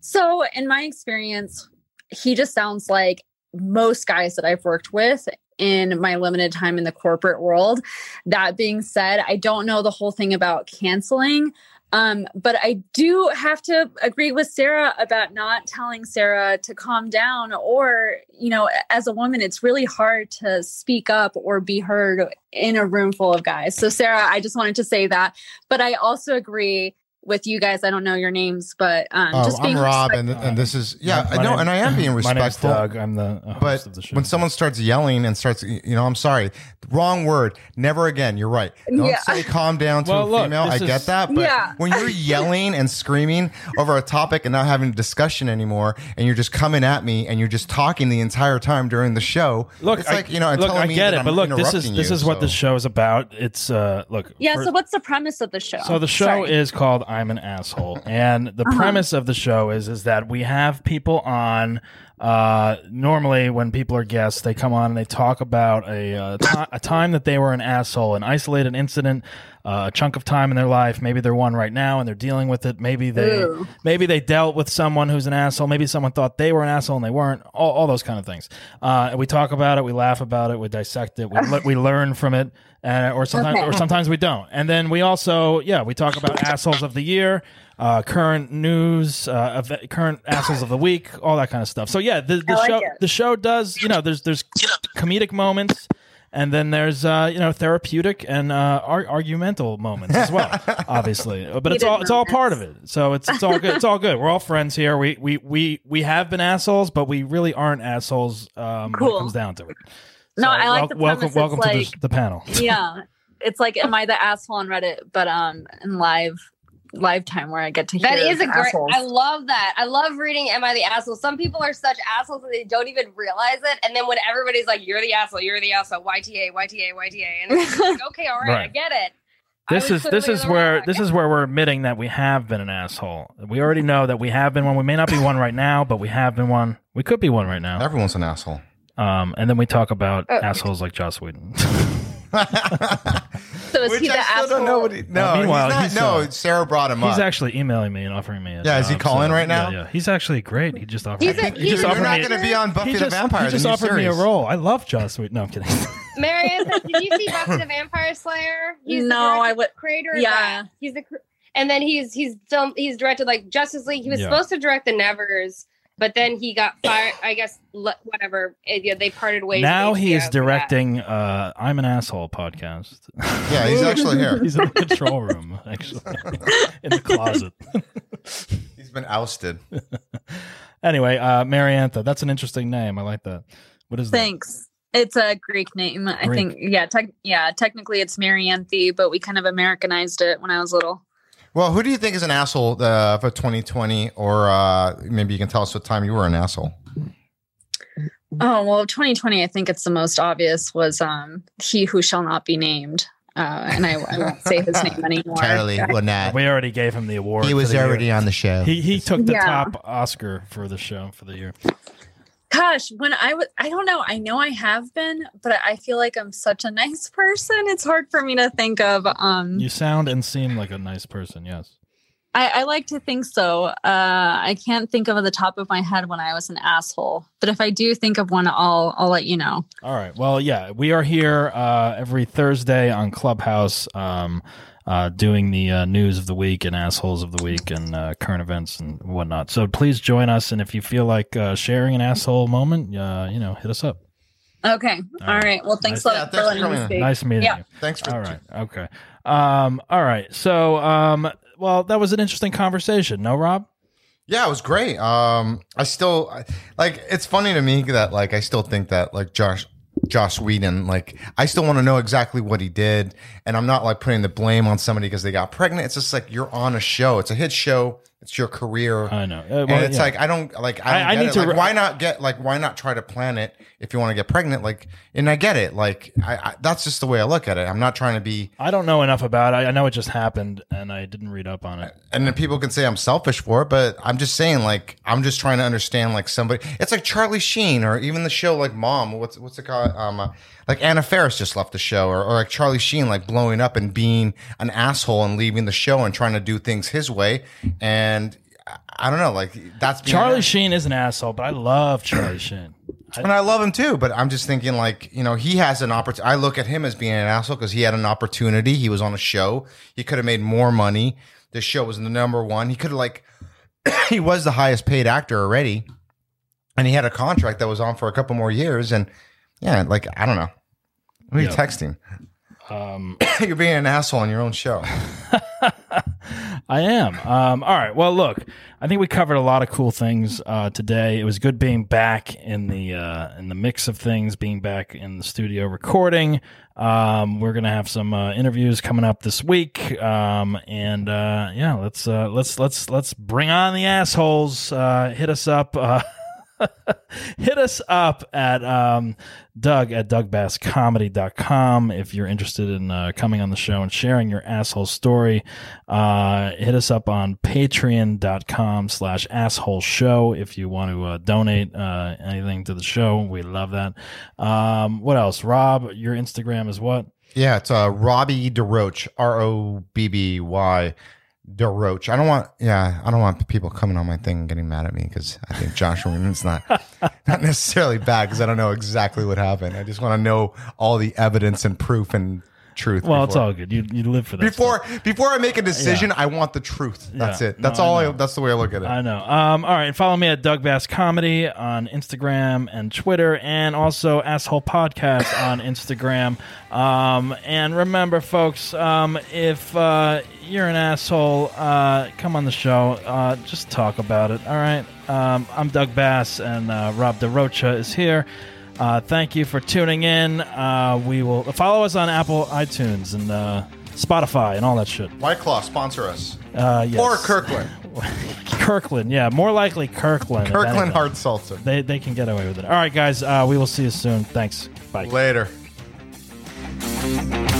so in my experience, he just sounds like most guys that I've worked with in my limited time in the corporate world. That being said, I don't know the whole thing about canceling. Um, but I do have to agree with Sarah about not telling Sarah to calm down, or, you know, as a woman, it's really hard to speak up or be heard in a room full of guys. So, Sarah, I just wanted to say that. But I also agree with you guys. I don't know your names, but um, Oh, just being I'm Rob, and, and this is yeah. My- I my know, name- and I am being my respectful. name's Doug. I'm the uh, host but of the show. when someone starts yelling and starts, you know, I'm sorry, wrong word. Never again. You're right. Don't Yeah. say calm down to Well, a look, female. I this get is- that, but Yeah. when you're yelling and screaming over a topic and not having a discussion anymore, and you're just coming at me and you're just talking the entire time during the show, Look, it's I, like you know, and look, telling I me get that it, I'm but look, this is interrupting this you, is what so- the show is about. It's uh, look, yeah. for- so what's the premise of the show? So the show Sorry. is called "I'm an Asshole," and the Uh-huh. premise of the show is is that we have people on. Uh, normally, when people are guests, they come on and they talk about a uh, ti- a time that they were an asshole, an isolated incident, uh, a chunk of time in their life. Maybe they're one right now and they're dealing with it. Maybe they Ooh. maybe they dealt with someone who's an asshole. Maybe someone thought they were an asshole and they weren't. All, all those kind of things. Uh, we talk about it. We laugh about it. We dissect it. We, le- we learn from it, uh, or sometimes or sometimes we don't. And then we also yeah we talk about assholes of the year, uh, current news, uh, ev- current assholes of the week, all that kind of stuff. So yeah, the, the I like show it. the show does you know there's there's comedic moments. And then there's uh, you know therapeutic and uh, ar- argumental moments as well, obviously. But it's Heated all it's all moments. part of it. So it's it's all good. It's all good. We're all friends here. We we we we have been assholes, but we really aren't assholes. Um, when it Cool. comes down to it. no, So I like wel- the welcome premise. welcome it's to like, the, the panel. yeah, it's like am I the asshole on Reddit, but um, in live live time where I get to hear That is a great. assholes. I love that. I love reading "Am I the asshole?" Some people are such assholes that they don't even realize it, and then when everybody's like, "You're the asshole," "You're the asshole," YTA, YTA, YTA, and it's just like, okay, all right, I Right. get it. I This was is this totally is the where rock. this is where we're admitting that we have been an asshole. We already know that we have been one. We may not be one right now, but we have been one. We could be one right now. Everyone's an asshole. Um, and then we talk about Oh. assholes like Joss Whedon. So is Which he I the still asshole? don't know what he, no, Uh, meanwhile, he's he's, not, uh, no, Sarah brought him he's up. actually emailing me and offering me. A Yeah, is he job, calling right yeah, now? Yeah, he's actually great. He just offered. He's me, a- he he's just a- offered You're not me. going to be on Buffy he the just, Vampire. he just the new offered me series. a role. I love Joss Whedon. No, I'm kidding. Marion says, "Did you see Buffy the Vampire Slayer?" the No, director- I would- creator. of Yeah. that. he's the. cr- And then he's he's filmed. He's directed like Justice League. He was Yeah. supposed to direct the Nevers, but then he got fired. I guess le- whatever. It- yeah, they parted ways. now with he HBO is for that. directing uh, "I'm an Asshole" podcast. Yeah, he's actually here. He's in the control room, actually, in the closet. He's been ousted. anyway, uh, Mariantha, that's an interesting name. I like that. What is Thanks. It's a Greek name, I Greek. think. Yeah, tec- yeah. Technically, it's Marianthe, but we kind of Americanized it when I was little. Well, who do you think is an asshole uh, for 2020? Or uh, maybe you can tell us what time you were an asshole. Mm-hmm. Oh well, 2020. I think it's the most obvious was um he who shall not be named, uh, and I, I won't say his name anymore. or that? not. We already gave him the award. He for was the year. already on the show. He he took the Yeah. top Oscar for the show for the year. Gosh, when I was, I don't know. I know I have been, but I feel like I'm such a nice person. It's hard for me to think of. Um, You sound and seem like a nice person. Yes. I, I like to think so. Uh, I can't think of the top of my head when I was an asshole, but if I do think of one, I'll I'll let you know. All right. Well, yeah, we are here uh, every Thursday on Clubhouse, um, uh, doing the uh, news of the week and assholes of the week and uh, current events and whatnot. So please join us, and if you feel like uh, sharing an asshole moment, uh, you know, hit us up. Okay. All All right. right. Well, thanks Nice- a Yeah, lot thanks for for letting me coming in. speak. Nice meeting Yeah. you. Thanks for All right. Okay. Um, all right. So, um, well, that was an interesting conversation. No, Rob. Yeah, it was great. Um, I still I- like. It's funny to me that like I still think that like Josh. Josh Whedon, like I still want to know exactly what he did, and I'm not like putting the blame on somebody because they got pregnant. It's just like you're on a show; it's a hit show. It's your career, I know. Uh, well, and it's yeah. like I don't like. I, I- don't I get need it. to Like, re- why not get like why not try to plan it if you want to get pregnant? Like, and I get it. Like, I, I that's just the way I look at it. I'm not trying to be I don't know enough about it. I know it just happened, and I didn't read up on it. and then people can say I'm selfish for it, but I'm just saying, like, I'm just trying to understand, like, somebody. It's like Charlie Sheen, or even the show, like, Mom. What's what's it called? Um, uh, like Anna Faris just left the show, or, or like Charlie Sheen, like blowing up and being an asshole and leaving the show and trying to do things his way. And I- I don't know, like, that's being- Charlie Sheen is an asshole, but I love Charlie Sheen. and I love him too, but I'm just thinking like, you know, he has an opportunity. I look at him as being an asshole because he had an opportunity. He was on a show. He could have made more money. The show was the number one. He could have like, he was the highest paid actor already, and he had a contract that was on for a couple more years. And yeah, like I don't know. What are you Yeah. texting? Um, you're being an asshole on your own show. I am. Um, all right. Well, look, I think we covered a lot of cool things uh, today. It was good being back in the uh, in the mix of things, being back in the studio recording. Um, we're gonna have some uh, interviews coming up this week, um, and uh, yeah, let's uh, let's let's let's bring on the assholes. Uh, hit us up. Uh, hit us up at um, doug at dougbasscomedy.com if you're interested in uh, coming on the show and sharing your asshole story uh, hit us up on patreon.com slash asshole show if you want to uh, donate uh, anything to the show we love that um, what else rob your instagram is what Yeah, it's uh, Robbie DeRoach, R O B B Y DeRoach. I don't want, yeah, I don't want people coming on my thing and getting mad at me because I think Josh Whedon's not not necessarily bad because I don't know exactly what happened. I just want to know all the evidence and proof and truth. well it's before- all good you, you live for that Before before I make a decision, I want the truth. That's Yeah. it. That's No, I all. I, know. that's the way I look at it. I know. Um, all right, and follow me at Doug Bass Comedy on Instagram and Twitter, and also Asshole Podcast on Instagram. Um, and remember, folks, um, if uh, you're an asshole, uh, come on the show. Uh, just talk about it. All right. Um, I'm Doug Bass, and uh, Rob DeRocha is here. Uh, thank you for tuning in. Uh, we will follow us on Apple, iTunes, and uh, Spotify, and all that shit. White Claw sponsor us Uh, yes. or Kirkland. Kirkland, yeah, more likely Kirkland. if Kirkland anything. Hard Seltzer. They they can get away with it. All right, guys, uh, we will see you soon. Thanks. Bye. Later. Later.